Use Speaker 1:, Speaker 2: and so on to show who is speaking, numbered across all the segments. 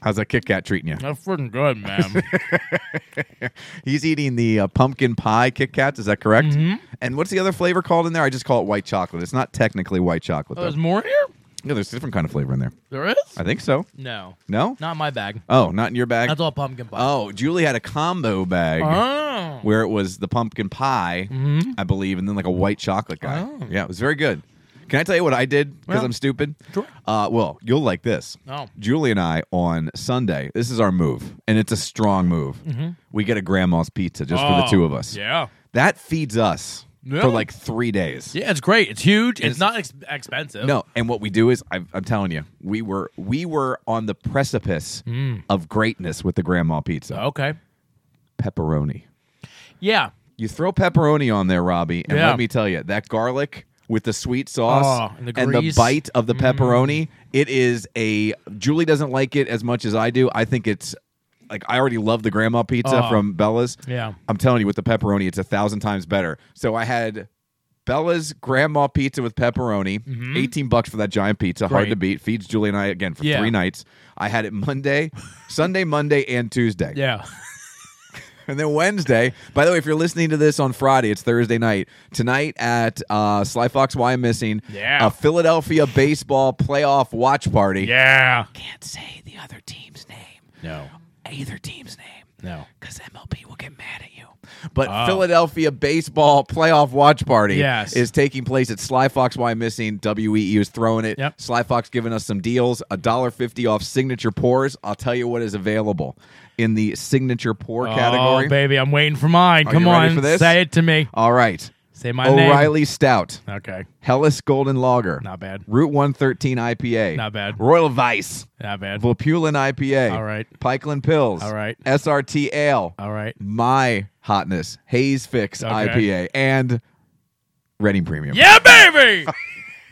Speaker 1: How's that Kit Kat treating you?
Speaker 2: That's freaking good, man.
Speaker 1: He's eating the uh, pumpkin pie Kit Kats. Is that correct?
Speaker 2: Mm-hmm.
Speaker 1: And what's the other flavor called in there? I just call it white chocolate. It's not technically white chocolate
Speaker 2: oh,
Speaker 1: though.
Speaker 2: there's more here?
Speaker 1: yeah, there's a different kind of flavor in there.
Speaker 2: There is?
Speaker 1: I think so.
Speaker 2: No.
Speaker 1: No.
Speaker 2: Not my bag.
Speaker 1: Oh, not in your bag.
Speaker 2: That's all pumpkin pie.
Speaker 1: Oh, Julie had a combo bag
Speaker 2: Oh.
Speaker 1: where it was the pumpkin pie, I believe, and then like a white chocolate guy.
Speaker 2: Mm-hmm. Oh.
Speaker 1: Yeah, it was very good. Can I tell you what I did because
Speaker 2: Yeah.
Speaker 1: I'm stupid?
Speaker 2: Sure.
Speaker 1: Uh, well, you'll like this.
Speaker 2: Oh.
Speaker 1: Julie and I on Sunday. This is our move, and it's a strong move. We get a grandma's pizza just for the
Speaker 2: Mm-hmm. Oh,
Speaker 1: two of us.
Speaker 2: Yeah.
Speaker 1: That feeds us
Speaker 2: Yeah.
Speaker 1: for like three days.
Speaker 2: Yeah, it's great. It's huge. It's, not ex- expensive.
Speaker 1: No, and what we do is I'm, I'm telling you, we were we were on the precipice
Speaker 2: Mm.
Speaker 1: of greatness with the grandma pizza.
Speaker 2: Okay.
Speaker 1: Pepperoni.
Speaker 2: Yeah.
Speaker 1: You throw pepperoni on there, Robbie, and
Speaker 2: Yeah.
Speaker 1: let me tell you, that garlic with the sweet sauce
Speaker 2: Oh, and the grease. Mm.
Speaker 1: bite of the pepperoni, it is a. Julie doesn't like it as much as I do. I think it's like I already love the grandma pizza
Speaker 2: Oh.
Speaker 1: from Bella's.
Speaker 2: Yeah.
Speaker 1: I'm telling you, with the pepperoni, it's a thousand times better. So I had Bella's grandma pizza with pepperoni, 18 bucks for that giant pizza, hard
Speaker 2: Mm-hmm. Great.
Speaker 1: to beat. Feeds Julie and I again for
Speaker 2: Yeah.
Speaker 1: three nights. I had it Monday, Sunday, Monday, and Tuesday.
Speaker 2: Yeah.
Speaker 1: And then Wednesday, by the way, if you're listening to this on Friday, it's Thursday night. Tonight at uh, Sly Fox Why I'm Missing,
Speaker 2: Yeah.
Speaker 1: a Philadelphia baseball playoff watch party.
Speaker 2: Yeah.
Speaker 1: Can't say the other team's name,
Speaker 2: No.
Speaker 1: either team's name,
Speaker 2: No.
Speaker 1: because MLB will get mad at you. But
Speaker 2: Oh.
Speaker 1: Philadelphia baseball playoff watch party
Speaker 2: Yes.
Speaker 1: is taking place at Sly Fox Why I'm Missing. WEE is throwing it.
Speaker 2: Yep.
Speaker 1: Sly Fox giving us some deals, a dollar fifty off signature pours. I'll tell you what is available in the signature pour category.
Speaker 2: Oh, baby, I'm waiting for mine.
Speaker 1: Are
Speaker 2: Come
Speaker 1: you
Speaker 2: on.
Speaker 1: ready for this?
Speaker 2: Say it to me.
Speaker 1: All right.
Speaker 2: Say my name.
Speaker 1: O'Reilly Stout,
Speaker 2: Okay.
Speaker 1: Hellas Golden Lager,
Speaker 2: Not bad.
Speaker 1: Route 113 IPA,
Speaker 2: Not bad.
Speaker 1: Royal Vice,
Speaker 2: Not bad.
Speaker 1: Vapulin IPA,
Speaker 2: All right.
Speaker 1: Pikeland Pills,
Speaker 2: All right.
Speaker 1: SRT Ale,
Speaker 2: All right.
Speaker 1: My Hotness, Haze Fix
Speaker 2: Okay.
Speaker 1: IPA, and Reading Premium.
Speaker 2: Yeah, baby.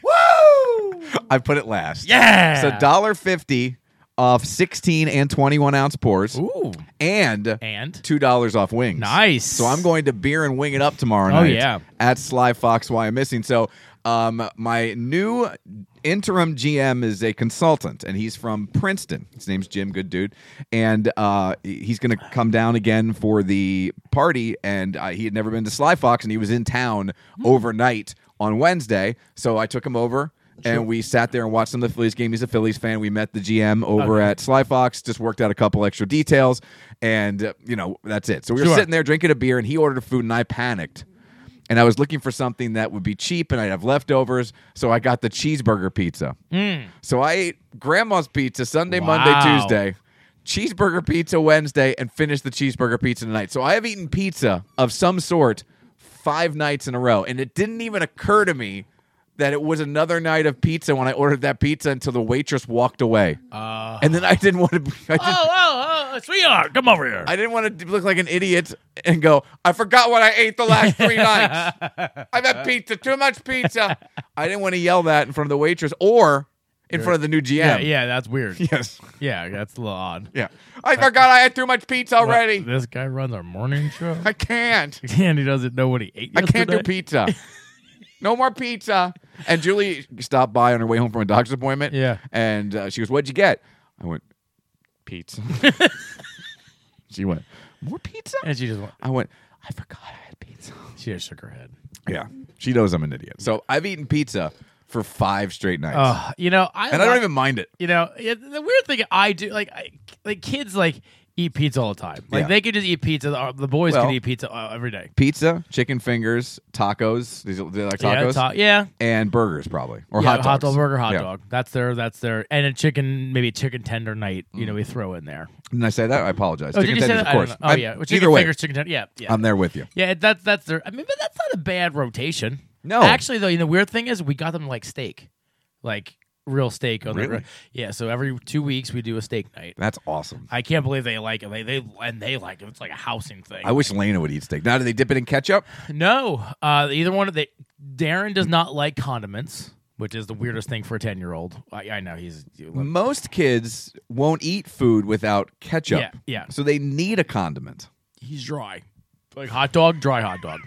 Speaker 1: Woo! I put it last.
Speaker 2: Yeah.
Speaker 1: So dollar fifty off 16 and 21 ounce pours,
Speaker 2: Ooh.
Speaker 1: and
Speaker 2: And
Speaker 1: two dollars off wings.
Speaker 2: nice.
Speaker 1: So I'm going to beer and wing it up tomorrow
Speaker 2: Oh,
Speaker 1: night.
Speaker 2: yeah.
Speaker 1: At Sly Fox, why I'm missing. So, um, my new interim GM is a consultant, and he's from Princeton. His name's Jim, good dude, and uh, he's going to come down again for the party. And uh, he had never been to Sly Fox, and he was in town overnight on Wednesday. So I took him over. And we sat there and watched some of the Phillies game. He's a Phillies fan. We met the GM over at Sly Fox, just worked out a couple extra details, and uh, you know that's it. So we were
Speaker 2: Sure.
Speaker 1: sitting there drinking a beer, and he ordered food, and I panicked and I was looking for something that would be cheap and I'd have leftovers. So I got the cheeseburger pizza. So I ate grandma's pizza Sunday,
Speaker 2: Wow.
Speaker 1: Monday, Tuesday, cheeseburger pizza Wednesday, and finished the cheeseburger pizza tonight. So I have eaten pizza of some sort five nights in a row. And it didn't even occur to me that it was another night of pizza when I ordered that pizza until the waitress walked away.
Speaker 2: Uh,
Speaker 1: and then I didn't want to. I didn't,
Speaker 2: oh, oh, oh, sweetheart, come over here.
Speaker 1: I didn't want to look like an idiot and go, I forgot what I ate the last three nights. I've had pizza, too much pizza. I didn't want to yell that in front of the waitress or in front of the new GM.
Speaker 2: yeah, yeah, that's weird.
Speaker 1: Yes.
Speaker 2: Yeah, that's a little odd.
Speaker 1: Yeah. I forgot I had too much pizza already.
Speaker 2: This guy runs our morning show,
Speaker 1: I can't.
Speaker 2: and he doesn't know what he ate.
Speaker 1: I can't do
Speaker 2: yesterday?
Speaker 1: pizza. No more pizza. And Julie stopped by on her way home from a doctor's appointment.
Speaker 2: Yeah.
Speaker 1: And uh, she goes, What'd you get? I went, Pizza. she went, More pizza?
Speaker 2: And she just went,
Speaker 1: I went, I forgot I had pizza.
Speaker 2: she just shook her head.
Speaker 1: Yeah, she knows I'm an idiot. So I've eaten pizza for five straight nights,
Speaker 2: Uh, you know, I
Speaker 1: and I don't
Speaker 2: like-
Speaker 1: even mind it.
Speaker 2: You know, it, the weird thing I do, like, I, like kids like eat pizza all the time. Like
Speaker 1: Yeah.
Speaker 2: they could just eat pizza. The, the boys
Speaker 1: Well-
Speaker 2: could eat pizza uh, every day.
Speaker 1: Pizza, chicken fingers, tacos. These they like
Speaker 2: Yeah,
Speaker 1: tacos,
Speaker 2: ta- yeah.
Speaker 1: and burgers probably, or
Speaker 2: Yeah,
Speaker 1: hot dogs.
Speaker 2: dog burger, hot
Speaker 1: Yeah.
Speaker 2: dog. That's their, that's their, and a chicken, maybe a chicken tender night. You know, we throw in there.
Speaker 1: Didn't I say that? I apologize.
Speaker 2: Oh,
Speaker 1: chicken
Speaker 2: did you
Speaker 1: Mm. tenders,
Speaker 2: say that?
Speaker 1: of course.
Speaker 2: I don't know. Oh
Speaker 1: I'm-
Speaker 2: yeah, Well, chicken
Speaker 1: either way,
Speaker 2: fingers, chicken tenders. Yeah, yeah.
Speaker 1: I'm there with you.
Speaker 2: Yeah, it- that's that's their. I mean, but that's not a bad rotation.
Speaker 1: No.
Speaker 2: actually, though, you know, the weird thing is we got them like steak, like real steak on
Speaker 1: Really?
Speaker 2: the. Yeah, so every two weeks we do a steak night.
Speaker 1: That's awesome.
Speaker 2: I can't believe they like it. They, they and they like it. It's like a housing thing.
Speaker 1: I wish Lena would eat steak. Now, do they dip it in ketchup?
Speaker 2: No, uh, either one of the Darren does not like condiments, which is the weirdest thing for a ten year old. I, I know he's.
Speaker 1: Most kids won't eat food without ketchup.
Speaker 2: Yeah, yeah.
Speaker 1: So they need a condiment.
Speaker 2: He's dry, like hot dog, dry hot dog.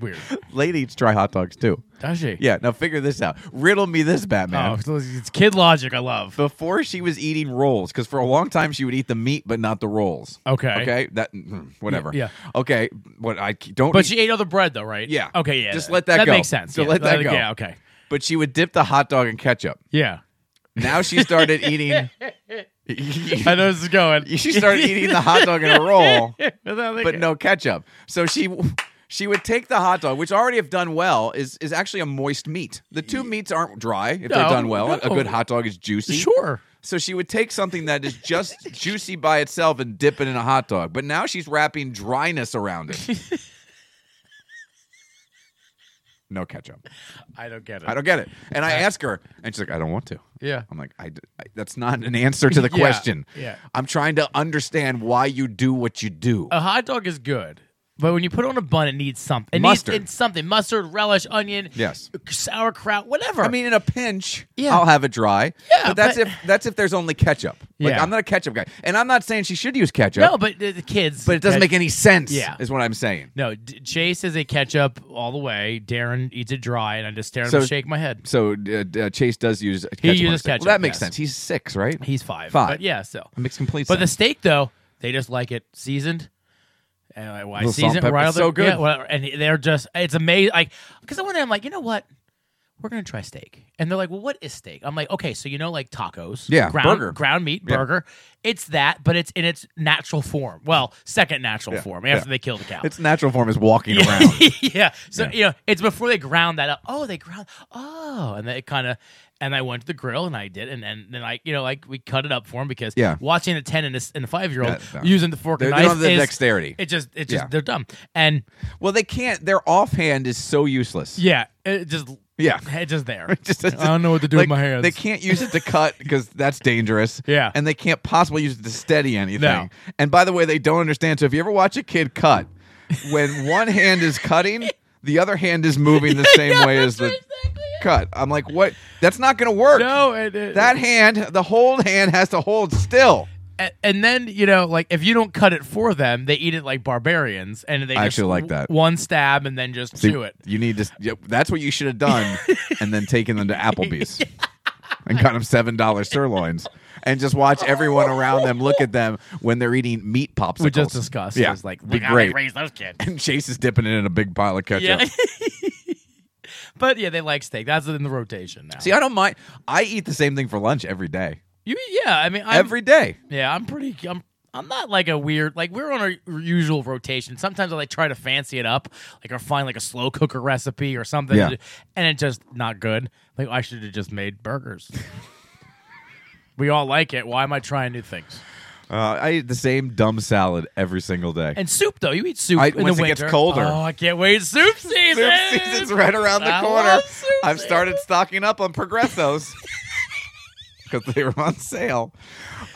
Speaker 2: weird.
Speaker 1: Lady eats dry hot dogs too.
Speaker 2: Does she?
Speaker 1: Yeah, now figure this out. Riddle me this, Batman.
Speaker 2: Oh, so it's kid logic. I love.
Speaker 1: Before she was eating rolls, because for a long time she would eat the meat but not the rolls.
Speaker 2: Okay.
Speaker 1: Okay. That mm, whatever.
Speaker 2: Yeah,
Speaker 1: Okay. What I c- don't.
Speaker 2: But
Speaker 1: eat-
Speaker 2: she ate other bread though, right?
Speaker 1: Yeah.
Speaker 2: Okay. Yeah.
Speaker 1: Just let that go.
Speaker 2: makes sense.
Speaker 1: So
Speaker 2: yeah.
Speaker 1: let that go.
Speaker 2: Yeah. Okay.
Speaker 1: but she would dip the hot dog in ketchup.
Speaker 2: Yeah.
Speaker 1: Now she started eating.
Speaker 2: I know this is going.
Speaker 1: she started eating the hot dog in a roll, but
Speaker 2: but
Speaker 1: no ketchup. So she she would take the hot dog, which already if done well is is actually a moist meat. The two meats aren't dry if they're
Speaker 2: No,
Speaker 1: done well. A
Speaker 2: no.
Speaker 1: good hot dog is juicy.
Speaker 2: Sure.
Speaker 1: So she would take something that is just juicy by itself and dip it in a hot dog. But now she's wrapping dryness around it. no ketchup.
Speaker 2: I don't get it.
Speaker 1: I don't get it. And
Speaker 2: Uh,
Speaker 1: I ask her, and she's like, I don't want to.
Speaker 2: Yeah.
Speaker 1: I'm like, I, d- I- that's not an answer to the
Speaker 2: Yeah,
Speaker 1: question.
Speaker 2: yeah.
Speaker 1: I'm trying to understand why you do what you do.
Speaker 2: A hot dog is good, but when you put it on a bun, it needs something. It
Speaker 1: Mustard.
Speaker 2: Needs, it's something. Mustard, relish, onion.
Speaker 1: Yes.
Speaker 2: Sauerkraut, whatever.
Speaker 1: I mean, in a pinch,
Speaker 2: Yeah.
Speaker 1: I'll have it dry.
Speaker 2: Yeah,
Speaker 1: but that's
Speaker 2: but-
Speaker 1: if that's if there's only ketchup. Like
Speaker 2: Yeah.
Speaker 1: I'm not a ketchup guy, and I'm not saying she should use ketchup.
Speaker 2: no, but the, the kids.
Speaker 1: but it doesn't make any sense.
Speaker 2: Yeah.
Speaker 1: is what I'm saying.
Speaker 2: No, D- Chase is a ketchup all the way. Darren eats it dry, and I just stare at
Speaker 1: So-
Speaker 2: him and shake my head.
Speaker 1: So uh, uh, Chase does use ketchup. on
Speaker 2: uses
Speaker 1: steak.
Speaker 2: ketchup,
Speaker 1: Well, that makes
Speaker 2: yes.
Speaker 1: sense. He's six, right? He
Speaker 2: He's five.
Speaker 1: Five.
Speaker 2: But yeah, so.
Speaker 1: makes complete
Speaker 2: But the
Speaker 1: sense.
Speaker 2: steak, though, they just like it seasoned. And I, I
Speaker 1: Little salt
Speaker 2: season
Speaker 1: and
Speaker 2: it
Speaker 1: pepper.
Speaker 2: right
Speaker 1: It's
Speaker 2: on the-
Speaker 1: so good.
Speaker 2: Yeah, whatever. and they're just, it's amazing. Like, because I went there, I'm like, you know what? We're going to try steak. And they're like, well, what is steak? I'm like, okay, so you know, like tacos.
Speaker 1: Yeah,
Speaker 2: ground,
Speaker 1: burger.
Speaker 2: Ground meat,
Speaker 1: Yeah.
Speaker 2: burger. It's that, but it's in its natural form. Well, second natural
Speaker 1: Yeah,
Speaker 2: form after
Speaker 1: yeah.
Speaker 2: they kill the cow.
Speaker 1: its natural form is walking around.
Speaker 2: yeah. yeah. So, you know, it's before they ground that up. Oh, they ground. Oh, and then it kind of. And I went to the grill and I did, and then then I, you know, like we cut it up for them because
Speaker 1: Yeah.
Speaker 2: watching a ten and a, five year old
Speaker 1: Yeah, no.
Speaker 2: using the fork
Speaker 1: They-
Speaker 2: and
Speaker 1: they
Speaker 2: knife
Speaker 1: don't have the
Speaker 2: is-
Speaker 1: dexterity.
Speaker 2: It just, it just,
Speaker 1: Yeah.
Speaker 2: they're dumb, and
Speaker 1: Well, they can't. Their offhand is so useless.
Speaker 2: yeah, it just,
Speaker 1: Yeah.
Speaker 2: it's just there.
Speaker 1: Just-
Speaker 2: I don't know what to do
Speaker 1: like,
Speaker 2: with my hands.
Speaker 1: They can't use it to cut because that's dangerous.
Speaker 2: Yeah.
Speaker 1: And they can't possibly use it to steady anything.
Speaker 2: No.
Speaker 1: And by the way, they don't understand. So if you ever watch a kid cut, when one hand is cutting, the other hand is moving the same way as the cut. I'm like, what? That's not going to work.
Speaker 2: no, it, it,
Speaker 1: That hand, the hold hand has to hold still.
Speaker 2: and, and then you know, like if you don't cut it for them, they eat it like barbarians, and they
Speaker 1: I
Speaker 2: just
Speaker 1: actually like that.
Speaker 2: one stab and then just chew it.
Speaker 1: You need to. yeah, That's what you should have done, and then taken them to Applebee's and got them seven dollar sirloins, and just watch everyone around them look at them when they're eating meat popsicles.
Speaker 2: We just discussed.
Speaker 1: Yeah,
Speaker 2: it was like,
Speaker 1: be
Speaker 2: look how they
Speaker 1: great.
Speaker 2: raise those kids.
Speaker 1: And Chase is dipping it in a big pile of ketchup.
Speaker 2: but yeah, they like steak. That's in the rotation now.
Speaker 1: See, I don't mind. I eat the same thing for lunch every day.
Speaker 2: you, yeah, I mean, I'm,
Speaker 1: every day.
Speaker 2: yeah, I'm pretty. I'm I'm not like a weird like we're on our usual rotation. Sometimes I like try to fancy it up, like or find like a slow cooker recipe or something,
Speaker 1: Yeah.
Speaker 2: and it's just not good. Like I should have just made burgers. we all like it. Why am I trying new things?
Speaker 1: Uh, I eat the same dumb salad every single day.
Speaker 2: And soup though, you eat soup
Speaker 1: I-
Speaker 2: in the
Speaker 1: once it
Speaker 2: winter.
Speaker 1: gets colder.
Speaker 2: Oh, I can't wait! Soup season.
Speaker 1: Soup season's right around the
Speaker 2: I
Speaker 1: corner.
Speaker 2: love soup
Speaker 1: I've
Speaker 2: season.
Speaker 1: started stocking up on Progressos because they were on sale.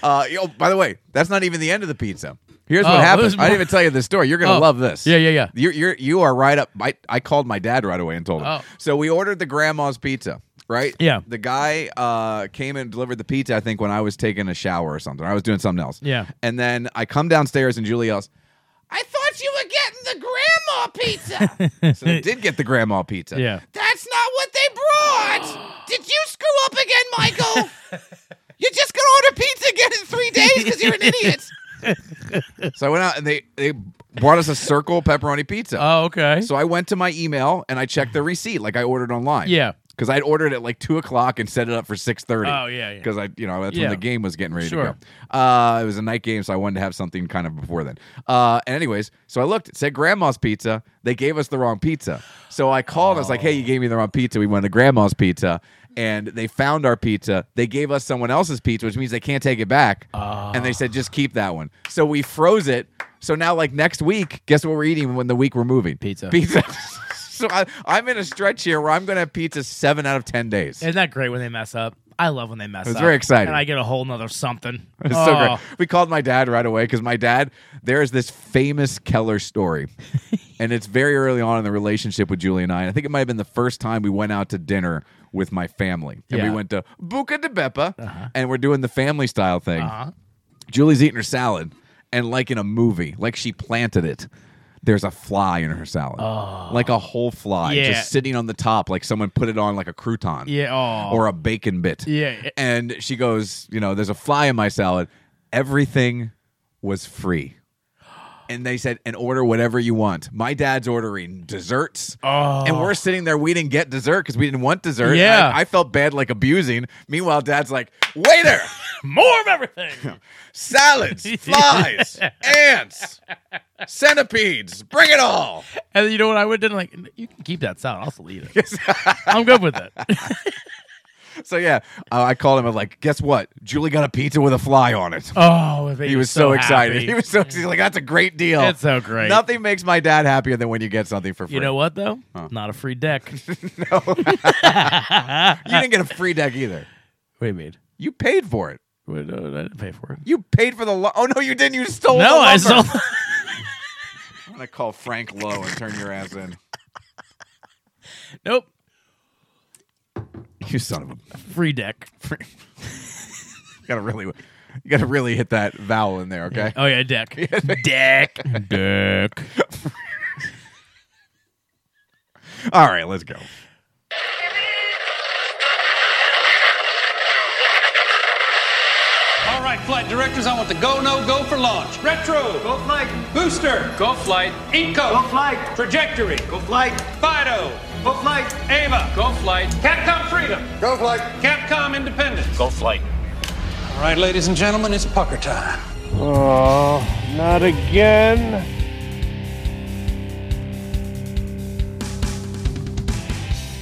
Speaker 1: Uh, yo, by the way, that's not even the end of the pizza. Here's
Speaker 2: Oh,
Speaker 1: what happened.
Speaker 2: there's
Speaker 1: I didn't
Speaker 2: more.
Speaker 1: even tell you this story. You're gonna
Speaker 2: Oh.
Speaker 1: love this.
Speaker 2: Yeah, yeah, yeah.
Speaker 1: You're, you're you are right up. I, I called my dad right away and told him.
Speaker 2: Oh.
Speaker 1: So we ordered the grandma's pizza. Right.
Speaker 2: Yeah.
Speaker 1: The guy uh, came and delivered the pizza. I think when I was taking a shower or something. I was doing something else.
Speaker 2: Yeah.
Speaker 1: And then I come downstairs and Julie yells, "I thought you were getting the grandma pizza." So they did get the grandma pizza.
Speaker 2: Yeah.
Speaker 1: That's not what they brought. did you screw up again, Michael? You're just gonna order pizza again in three days because you're an idiot. so I went out and they they brought us a circle pepperoni pizza.
Speaker 2: Oh, okay.
Speaker 1: so I went to my email and I checked the receipt like I ordered online.
Speaker 2: Yeah.
Speaker 1: Because I'd ordered at like two o'clock and set it up for six thirty.
Speaker 2: Oh, yeah, yeah.
Speaker 1: Because I, you know, that's when
Speaker 2: Yeah.
Speaker 1: the game was getting ready
Speaker 2: Sure.
Speaker 1: to go. Uh, it was a night game, so I wanted to have something kind of before then. Uh, and anyways, so I looked. It said Grandma's Pizza. They gave us the wrong pizza. So I called. I was like, "Hey,
Speaker 2: Oh.
Speaker 1: you gave me the wrong pizza. We wanted Grandma's Pizza." And they found our pizza. They gave us someone else's pizza, which means they can't take it back. And they said, "Just keep that one." So we froze it. So now, like next week, guess what we're eating when the week we're moving?
Speaker 2: Pizza.
Speaker 1: Pizza. so I, I'm in a stretch here where I'm going to have pizza seven out of ten days.
Speaker 2: Isn't that great when they mess up? I love when they mess up.
Speaker 1: It's very exciting.
Speaker 2: And I get a whole nother something.
Speaker 1: It's
Speaker 2: oh,
Speaker 1: so great. We called my dad right away because my dad, there is this famous Keller story. and it's very early on in the relationship with Julie and I. And I think it might have been the first time we went out to dinner with my family. And we
Speaker 2: Yeah. Uh-huh.
Speaker 1: went to Buca de Beppa and we're doing the family style thing. Julie's eating her salad and like in a movie, like she planted it. there's a fly in her salad, like a whole fly,
Speaker 2: Yeah.
Speaker 1: just sitting on the top, like someone put it on like a crouton,
Speaker 2: Yeah, aw.
Speaker 1: or a bacon bit,
Speaker 2: Yeah.
Speaker 1: And she goes, you know, there's a fly in my salad. Everything was free. And they said, and order whatever you want. My dad's ordering desserts.
Speaker 2: Oh.
Speaker 1: And we're sitting there. We didn't get dessert because we didn't want dessert.
Speaker 2: Yeah.
Speaker 1: I, I felt bad, like abusing. Meanwhile, dad's like, waiter,
Speaker 2: More of everything.
Speaker 1: salads, flies, ants, centipedes, bring it all.
Speaker 2: and you know what I would do? Like, you can keep that salad. I'll still eat it. I'm good with it.
Speaker 1: So, yeah, uh, I called him. I'm like, guess what? Julie got a pizza with a fly on it.
Speaker 2: Oh,
Speaker 1: He was so, excited. He was so he's like, that's a great deal.
Speaker 2: That's so great.
Speaker 1: Nothing makes my dad happier than when you get something for free.
Speaker 2: You know what though? Not a free deck. what
Speaker 1: you didn't get a free deck either.
Speaker 2: do you mean?
Speaker 1: You paid for it.
Speaker 2: Wait, no, no, I didn't pay for it.
Speaker 1: You paid for the. Lo- oh no, you didn't. You stole. the
Speaker 2: No, I
Speaker 1: lumber.
Speaker 2: still.
Speaker 1: I'm gonna call Frank Lowe and turn your ass in.
Speaker 2: nope.
Speaker 1: You son of a.
Speaker 2: Free deck.
Speaker 1: You gotta really. You gotta really hit that vowel in there. Okay.
Speaker 2: Oh yeah, deck. deck. Deck.
Speaker 1: All right, let's go.
Speaker 3: All right, flight directors, I want the go, no, go for launch. Retro, go flight. Booster, go flight. Inco, go flight. Trajectory, go flight. Fido, go flight. Ava, go flight. Capcom Freedom, go flight. Capcom Independence, go flight. All right, ladies and gentlemen, it's pucker time.
Speaker 4: Oh, not again.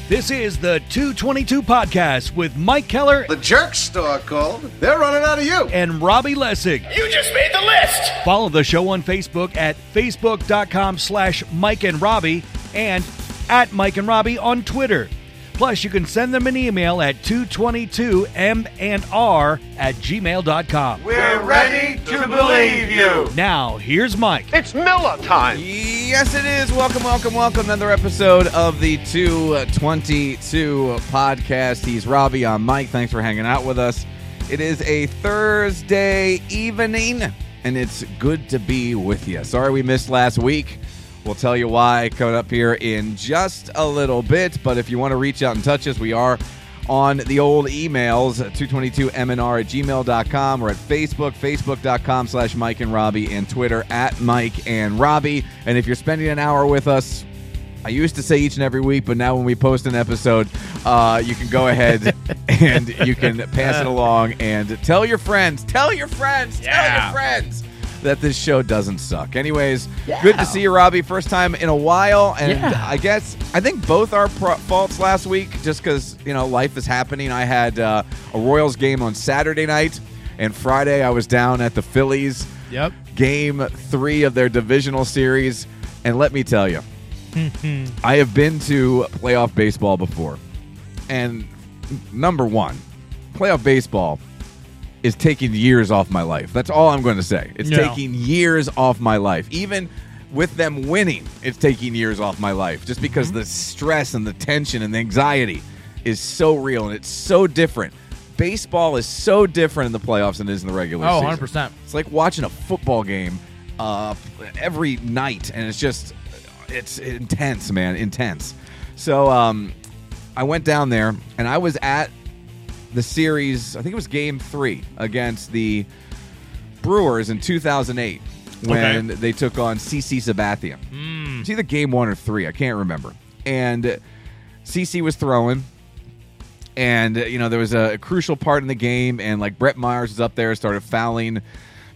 Speaker 5: This is the 222 Podcast with Mike Keller
Speaker 6: The jerk store called. They're running out of you.
Speaker 5: and Robbie Lessig. You just made the list. Follow the show on Facebook at facebook.com slash Mike and Robbie and at Mike and Robbie on Twitter. Plus, you can send them an email at 222mnr at gmail.com.
Speaker 6: We're ready to believe you.
Speaker 5: Now, here's Mike.
Speaker 4: It's Miller time.
Speaker 1: Yes, it is. Welcome, welcome, welcome. Another episode of the 222 podcast. He's Robbie. I'm Mike. Thanks for hanging out with us. It is a Thursday evening, and it's good to be with you. Sorry we missed last week. We'll tell you why coming up here in just a little bit. But if you want to reach out and touch us, we are on the old emails 222mnr at gmail.com or at facebook facebook.com slash mike and robbie and twitter at mike and robbie and if you're spending an hour with us i used to say each and every week but now when we post an episode uh, you can go ahead and you can pass it along and tell your friends tell your friends tell your friends that this show doesn't suck anyways good to see you robbie first time in a while and
Speaker 2: Yeah.
Speaker 1: I guess I think both our pro- faults last week, just because you know life is happening. I had uh, a Royals game on Saturday night, and Friday I was down at the Phillies
Speaker 2: Yep.
Speaker 1: game three of their divisional series. And let me tell you, I have been to playoff baseball before, and number one, playoff baseball is taking years off my life. That's all I'm going to say. It's
Speaker 2: Yeah.
Speaker 1: taking years off my life. Even with them winning, it's taking years off my life just because
Speaker 2: Mm-hmm.
Speaker 1: the stress and the tension and the anxiety is so real and it's so different. Baseball is so different in the playoffs than it is in the regular
Speaker 2: Oh,
Speaker 1: season.
Speaker 2: 100%.
Speaker 1: It's like watching a football game uh, every night, and it's just it's intense, man, intense. So um, I went down there, and I was at the series. I think it was Game Three against the Brewers in 2008 when they took on CC Sabathia. It's either Game One or Three. I can't remember. And CC was throwing and uh, you know there was a, crucial part in the game, and like Brett Myers was up there, started fouling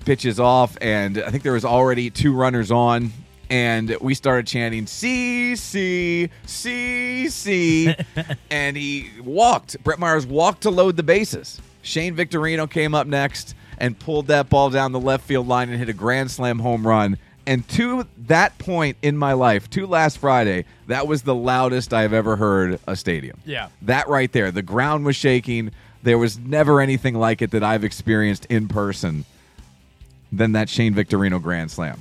Speaker 1: pitches off, and I think there was already two runners on, and we started chanting C C C C, and he walked. Brett Myers walked to load the bases. Shane Victorino came up next and pulled that ball down the left field line and hit a grand slam home run. And to that point in my life, to last Friday, that was the loudest I've ever heard a stadium.
Speaker 2: Yeah.
Speaker 1: That right there. The ground was shaking. There was never anything like it that I've experienced in person than that Shane Victorino Grand Slam.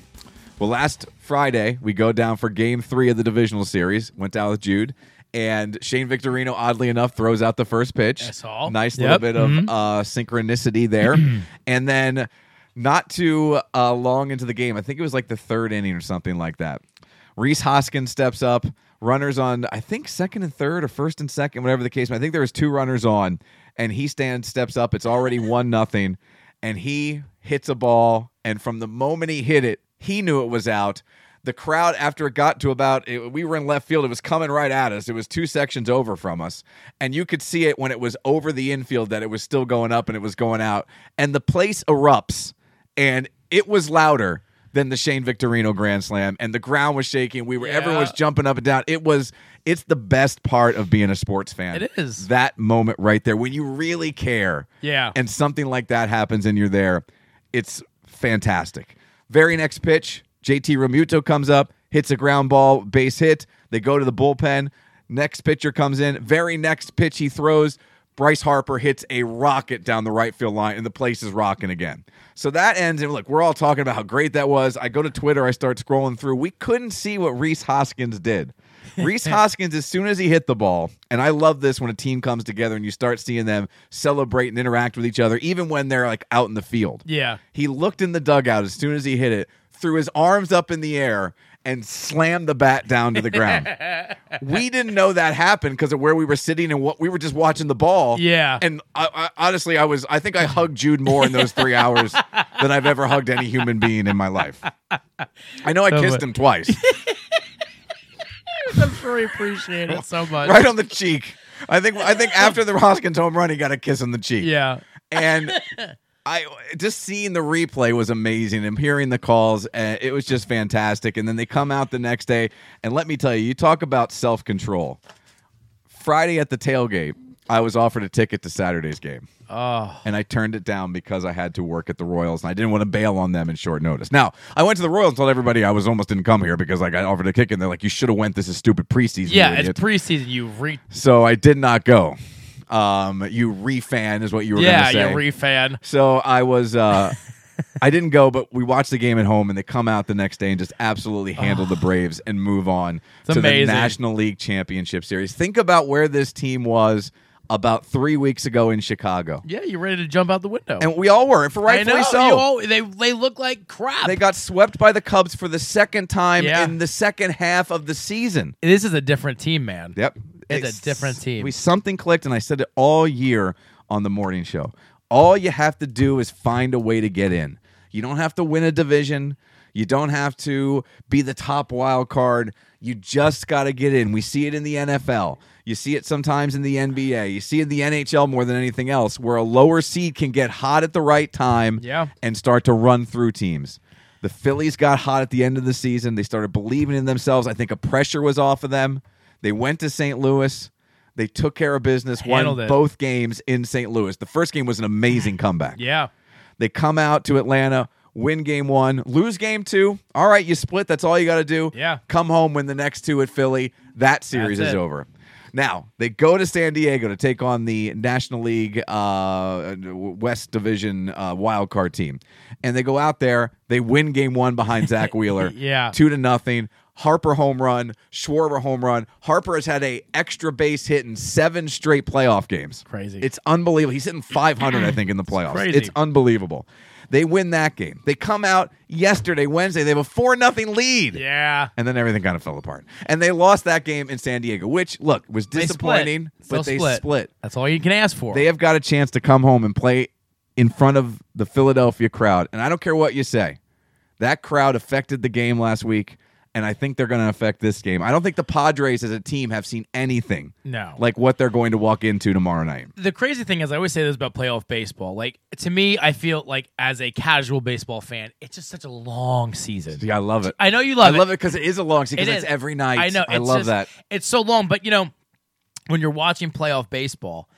Speaker 1: Well, last Friday, we go down for game three of the divisional series. Went down with Jude. And Shane Victorino, oddly enough, throws out the first pitch.
Speaker 2: I saw.
Speaker 1: Nice
Speaker 2: Yep.
Speaker 1: little bit of uh, synchronicity there. and then not too uh, long into the game. I think it was like the third inning or something like that. Reese Hoskins steps up, runners on. I think second and third, or first and second, whatever the case. I think there was two runners on, and he stands, steps up. It's already one nothing, and he hits a ball. And from the moment he hit it, he knew it was out. The crowd, after it got to about, it, we were in left field. It was coming right at us. It was two sections over from us, and you could see it when it was over the infield that it was still going up and it was going out. And the place erupts and it was louder than the Shane Victorino grand slam and the ground was shaking we were everyone was jumping up and down it was it's the best part of being a sports fan
Speaker 2: It is.
Speaker 1: that moment right there when you really care
Speaker 2: Yeah.
Speaker 1: and something like that happens and you're there it's fantastic very next pitch JT Romuto comes up hits a ground ball base hit they go to the bullpen next pitcher comes in very next pitch he throws Bryce Harper hits a rocket down the right field line, and the place is rocking again. So that ends, and look, we're all talking about how great that was. I go to Twitter, I start scrolling through. We couldn't see what Reese Hoskins did. Reese Hoskins, as soon as he hit the ball, and I love this when a team comes together and you start seeing them celebrate and interact with each other, even when they're like out in the field.
Speaker 2: Yeah.
Speaker 1: He looked in the dugout as soon as he hit it, threw his arms up in the air, and slammed the bat down to the ground. we didn't know that happened because of where we were sitting and what we were just watching the ball.
Speaker 2: Yeah.
Speaker 1: And I, I, honestly, I was, I think I hugged Jude more in those three hours than I've ever hugged any human being in my life. I know I
Speaker 2: So
Speaker 1: kissed
Speaker 2: what-
Speaker 1: him twice,
Speaker 2: I'm sure he appreciated it so much.
Speaker 1: right on the cheek. I think, I think after the Hoskins home run, he got a kiss on the cheek.
Speaker 2: Yeah.
Speaker 1: and I just seeing the replay was amazing and hearing the calls, uh, it was just fantastic. And then they come out the next day, and let me tell you, you talk about self control. Friday at the tailgate, I was offered a ticket to Saturday's game. Oh. And I turned it down because I had to work at the Royals and I didn't want to bail on them in short notice. Now, I went to the Royals and told everybody I was almost didn't come here because I got offered a kick and they're like, you should have went. This is stupid preseason. you
Speaker 2: Yeah,
Speaker 1: idiots."
Speaker 2: it's preseason. You re
Speaker 1: so I did not go. Um, you refan is what you were
Speaker 2: yeah,
Speaker 1: going to say.
Speaker 2: you re fan.
Speaker 1: So I was uh I didn't go, but we watched the game at home and they come out the next day and just absolutely handle the Braves and move on
Speaker 2: It's
Speaker 1: to
Speaker 2: amazing.
Speaker 1: the National League Championship Series. Think about where this team was about three weeks ago in Chicago.
Speaker 2: Yeah, you ready to jump out the window?
Speaker 1: And we all were, and for
Speaker 2: I know,
Speaker 1: rightfully so.
Speaker 2: you all- they they look like crap.
Speaker 1: they got swept by the Cubs for the second time
Speaker 2: Yeah.
Speaker 1: in the second half of the season.
Speaker 2: this is a different team, man.
Speaker 1: Yep.
Speaker 2: It's a different team.
Speaker 1: We something clicked, and I said it all year on the morning show. All you have to do is find a way to get in. You don't have to win a division. You don't have to be the top wild card. You just got to get in. We see it in the NFL. You see it sometimes in the NBA. You see it in the NHL more than anything else, where a lower seed can get hot at the right time
Speaker 2: Yeah.
Speaker 1: and start to run through teams. The Phillies got hot at the end of the season. They started believing in themselves. I think a pressure was off of them. They went to St. Louis. They took care of business,
Speaker 2: Handled
Speaker 1: won
Speaker 2: it.
Speaker 1: both games in St. Louis. The first game was an amazing comeback.
Speaker 2: Yeah.
Speaker 1: They come out to Atlanta, win game one, lose game two. All right, you split. That's all you got to do.
Speaker 2: Yeah.
Speaker 1: Come home, win the next two at Philly. That series
Speaker 2: That's
Speaker 1: is
Speaker 2: it.
Speaker 1: over. Now they go to San Diego to take on the National League uh, West Division uh, wild card team, and they go out there. They win Game One behind Zach Wheeler,
Speaker 2: Yeah.
Speaker 1: two to nothing. Harper home run, Schwarber home run. Harper has had a extra base hit in seven straight playoff games.
Speaker 2: Crazy.
Speaker 1: It's unbelievable. He's hitting 500, I think, in the playoffs.
Speaker 2: crazy.
Speaker 1: It's unbelievable. They win that game. They come out yesterday, Wednesday. They have a four nothing lead.
Speaker 2: Yeah.
Speaker 1: And then everything kind of fell apart. And they lost that game in San Diego, which look was
Speaker 2: They split.
Speaker 1: disappointing,
Speaker 2: Still
Speaker 1: but they split.
Speaker 2: That's all you can ask for.
Speaker 1: They have got a chance to come home and play in front of the Philadelphia crowd. And I don't care what you say. That crowd affected the game last week, and I think they're going to affect this game. I don't think the Padres as a team have seen anything
Speaker 2: No.
Speaker 1: like what they're going to walk into tomorrow night.
Speaker 2: the crazy thing is, I always say this about playoff baseball. Like to me, I feel like as a casual baseball fan, it's just such a long season.
Speaker 1: Yeah, I love it.
Speaker 2: I know you love
Speaker 1: I
Speaker 2: it.
Speaker 1: love it because it is a long season.
Speaker 2: It
Speaker 1: Because
Speaker 2: is.
Speaker 1: it's every night.
Speaker 2: I know.
Speaker 1: I
Speaker 2: it's
Speaker 1: love
Speaker 2: just-
Speaker 1: that.
Speaker 2: It's so long, but you know, when you're watching playoff baseball,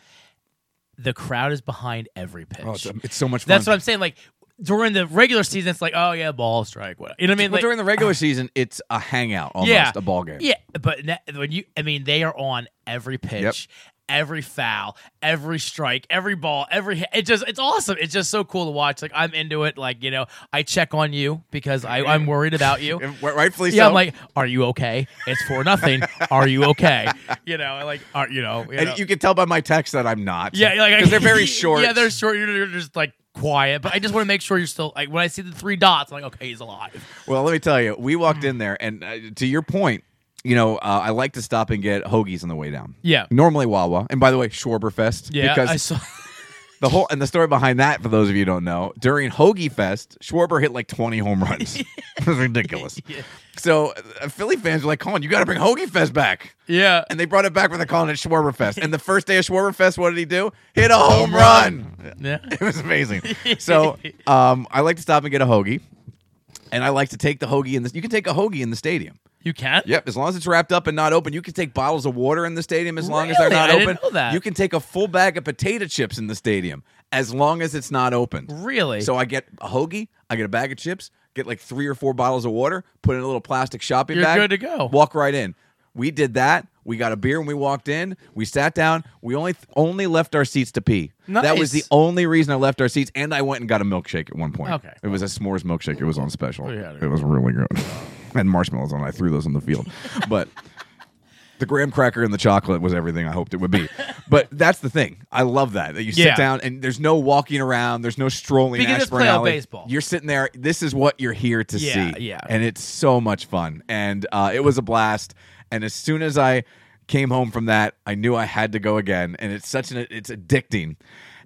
Speaker 2: the crowd is behind every pitch.
Speaker 1: Oh, it's, it's so much fun.
Speaker 2: That's what I'm saying. Like during the regular season, it's like, oh yeah, ball strike. What you know what I mean?
Speaker 1: Well,
Speaker 2: Like,
Speaker 1: during the regular season, it's a hangout almost, a ball game.
Speaker 2: yeah, but na- when you, I mean, they are on every pitch, every foul, every strike, every ball, every hit. It just it's awesome. It's just so cool to watch. Like I'm into it. Like you know, I check on you because I, I'm worried about you.
Speaker 1: And wi- rightfully
Speaker 2: yeah,
Speaker 1: so.
Speaker 2: I'm like, are you okay? It's for nothing. are you okay? You know, like are you know? You know.
Speaker 1: and you can tell by my text that I'm not.
Speaker 2: Yeah, like I-
Speaker 1: because they're very short.
Speaker 2: Yeah, they're short. You're, you're just like quiet. But I just want to make sure you're still like when I see the three dots, I'm like, okay, he's alive.
Speaker 1: Well, let me tell you, we walked
Speaker 2: Mm.
Speaker 1: in there, and uh, to your point, you know, uh, I like to stop and get hoagies on the way down.
Speaker 2: Yeah.
Speaker 1: normally Wawa, and by the way, Schwarberfest.
Speaker 2: Yeah,
Speaker 1: because
Speaker 2: I saw.
Speaker 1: the whole and the story behind that, for those of you who don't know, during Hoagie Fest, Schwarber hit like twenty home runs. it was ridiculous. So uh, Philly fans were like, "Colin, you got to bring Hoagie Fest back."
Speaker 2: Yeah,
Speaker 1: And they brought it back when they called it Schwarber Fest. And the first day of Schwarber Fest, what did he do? Hit a home run.
Speaker 2: yeah.
Speaker 1: It was amazing. So um, I like to stop and get a hoagie, and I like to take the hoagie in the. You can take a hoagie in the stadium.
Speaker 2: You can't.
Speaker 1: Yep, as long as it's wrapped up and not open, you can take bottles of water in the stadium as long as they're
Speaker 2: Really?
Speaker 1: not
Speaker 2: I
Speaker 1: open.
Speaker 2: didn't know that.
Speaker 1: You can take a full bag of potato chips in the stadium as long as it's not open.
Speaker 2: Really?
Speaker 1: So I get a hoagie, I get a bag of chips, get like three or four bottles of water, put in a little plastic shopping
Speaker 2: You're
Speaker 1: bag.
Speaker 2: good to go.
Speaker 1: Walk right in. We did that. We got a beer when we walked in. We sat down. We only only left our seats to pee. That was the
Speaker 2: Nice.
Speaker 1: only reason I left our seats. And I went and got a milkshake at one point.
Speaker 2: Okay.
Speaker 1: It was a s'mores milkshake. It was on special.
Speaker 2: Oh, Yeah, dude.
Speaker 1: it was really good. and marshmallows on. it. I threw those on the field. but the graham cracker and the chocolate was everything I hoped it would be. But that's the thing. I love that. That you sit
Speaker 2: Yeah.
Speaker 1: down and there's no walking around, there's no strolling
Speaker 2: Because it's
Speaker 1: Ashburn
Speaker 2: playoff
Speaker 1: Alley.
Speaker 2: baseball.
Speaker 1: You're sitting there. This is what you're here to
Speaker 2: Yeah,
Speaker 1: see.
Speaker 2: yeah.
Speaker 1: And it's so much fun. And uh, it was a blast. And as soon as I came home from that, I knew I had to go again. And it's such an it's addicting.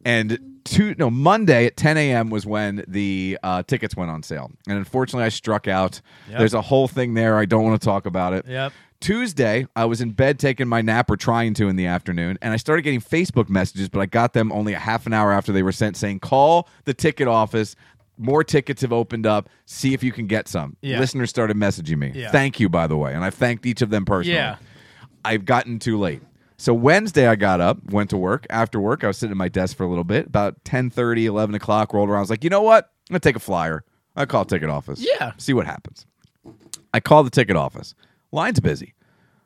Speaker 1: And two no Monday at 10 a.m. was when the uh, tickets went on sale. And unfortunately, I struck out.
Speaker 2: Yep.
Speaker 1: There's a whole thing there. I don't want to talk about it.
Speaker 2: Yep.
Speaker 1: Tuesday, I was in bed taking my nap or trying to in the afternoon, and I started getting Facebook messages, but I got them only a half an hour after they were sent saying, call the ticket office. More tickets have opened up. See if you can get some.
Speaker 2: Yeah.
Speaker 1: Listeners started messaging me.
Speaker 2: Yeah.
Speaker 1: Thank you, by the way. And I've thanked each of them personally.
Speaker 2: Yeah.
Speaker 1: I've gotten too late. So Wednesday, I got up, went to work. After work, I was sitting at my desk for a little bit. About 10.30, 11 o'clock rolled around. I was like, you know what? I'm going to take a flyer. I call ticket office.
Speaker 2: Yeah.
Speaker 1: See what happens. I call the ticket office. Line's busy.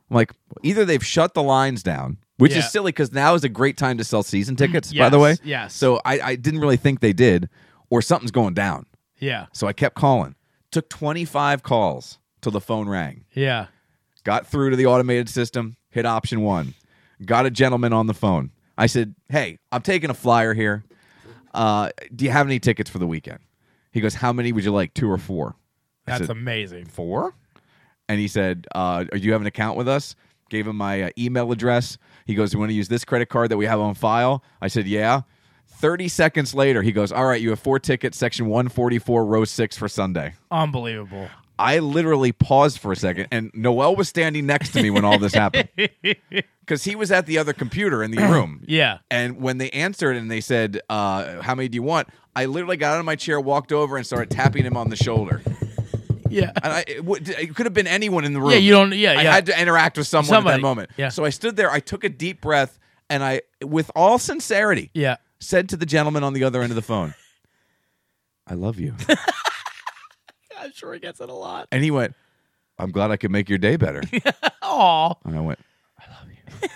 Speaker 1: I'm like, either they've shut the lines down, which
Speaker 2: Yeah. Mm-hmm.
Speaker 1: is silly because now is a great time to sell season tickets, by
Speaker 2: Yes,
Speaker 1: the way.
Speaker 2: yes.
Speaker 1: So I, I didn't really think they did, or something's going down.
Speaker 2: Yeah.
Speaker 1: So I kept calling. Took 25 calls till the phone rang.
Speaker 2: Yeah.
Speaker 1: Got through to the automated system, hit option one. Got a gentleman on the phone. I said, Hey, I'm taking a flyer here. Uh, do you have any tickets for the weekend? He goes, How many would you like? Two or four? I
Speaker 2: That's
Speaker 1: said,
Speaker 2: amazing.
Speaker 1: four? And he said, uh, do you have an account with us? Gave him my uh, email address. He goes, you want to use this credit card that we have on file? I said, yeah. 30 seconds later, he goes, all right, you have four tickets, section 144, row six for Sunday.
Speaker 2: Unbelievable.
Speaker 1: I literally paused for a second, and Noel was standing next to me when all this happened because he was at the other computer in the room.
Speaker 2: Yeah.
Speaker 1: And when they answered and they said, uh, how many do you want? I literally got out of my chair, walked over, and started tapping him on the shoulder.
Speaker 2: Yeah.
Speaker 1: And I, it, would- it could have been anyone in the room.
Speaker 2: Yeah, you don't- yeah,
Speaker 1: I
Speaker 2: yeah.
Speaker 1: had to interact with someone at
Speaker 2: Somebody,
Speaker 1: that moment.
Speaker 2: yeah.
Speaker 1: So I stood there. I took a deep breath, and I, with all sincerity,
Speaker 2: Yeah.
Speaker 1: said to the gentleman on the other end of the phone, "I love you."
Speaker 2: I'm sure he gets it a lot.
Speaker 1: and he went, "I'm glad I could make your day better."
Speaker 2: Aw.
Speaker 1: And I went, I love you.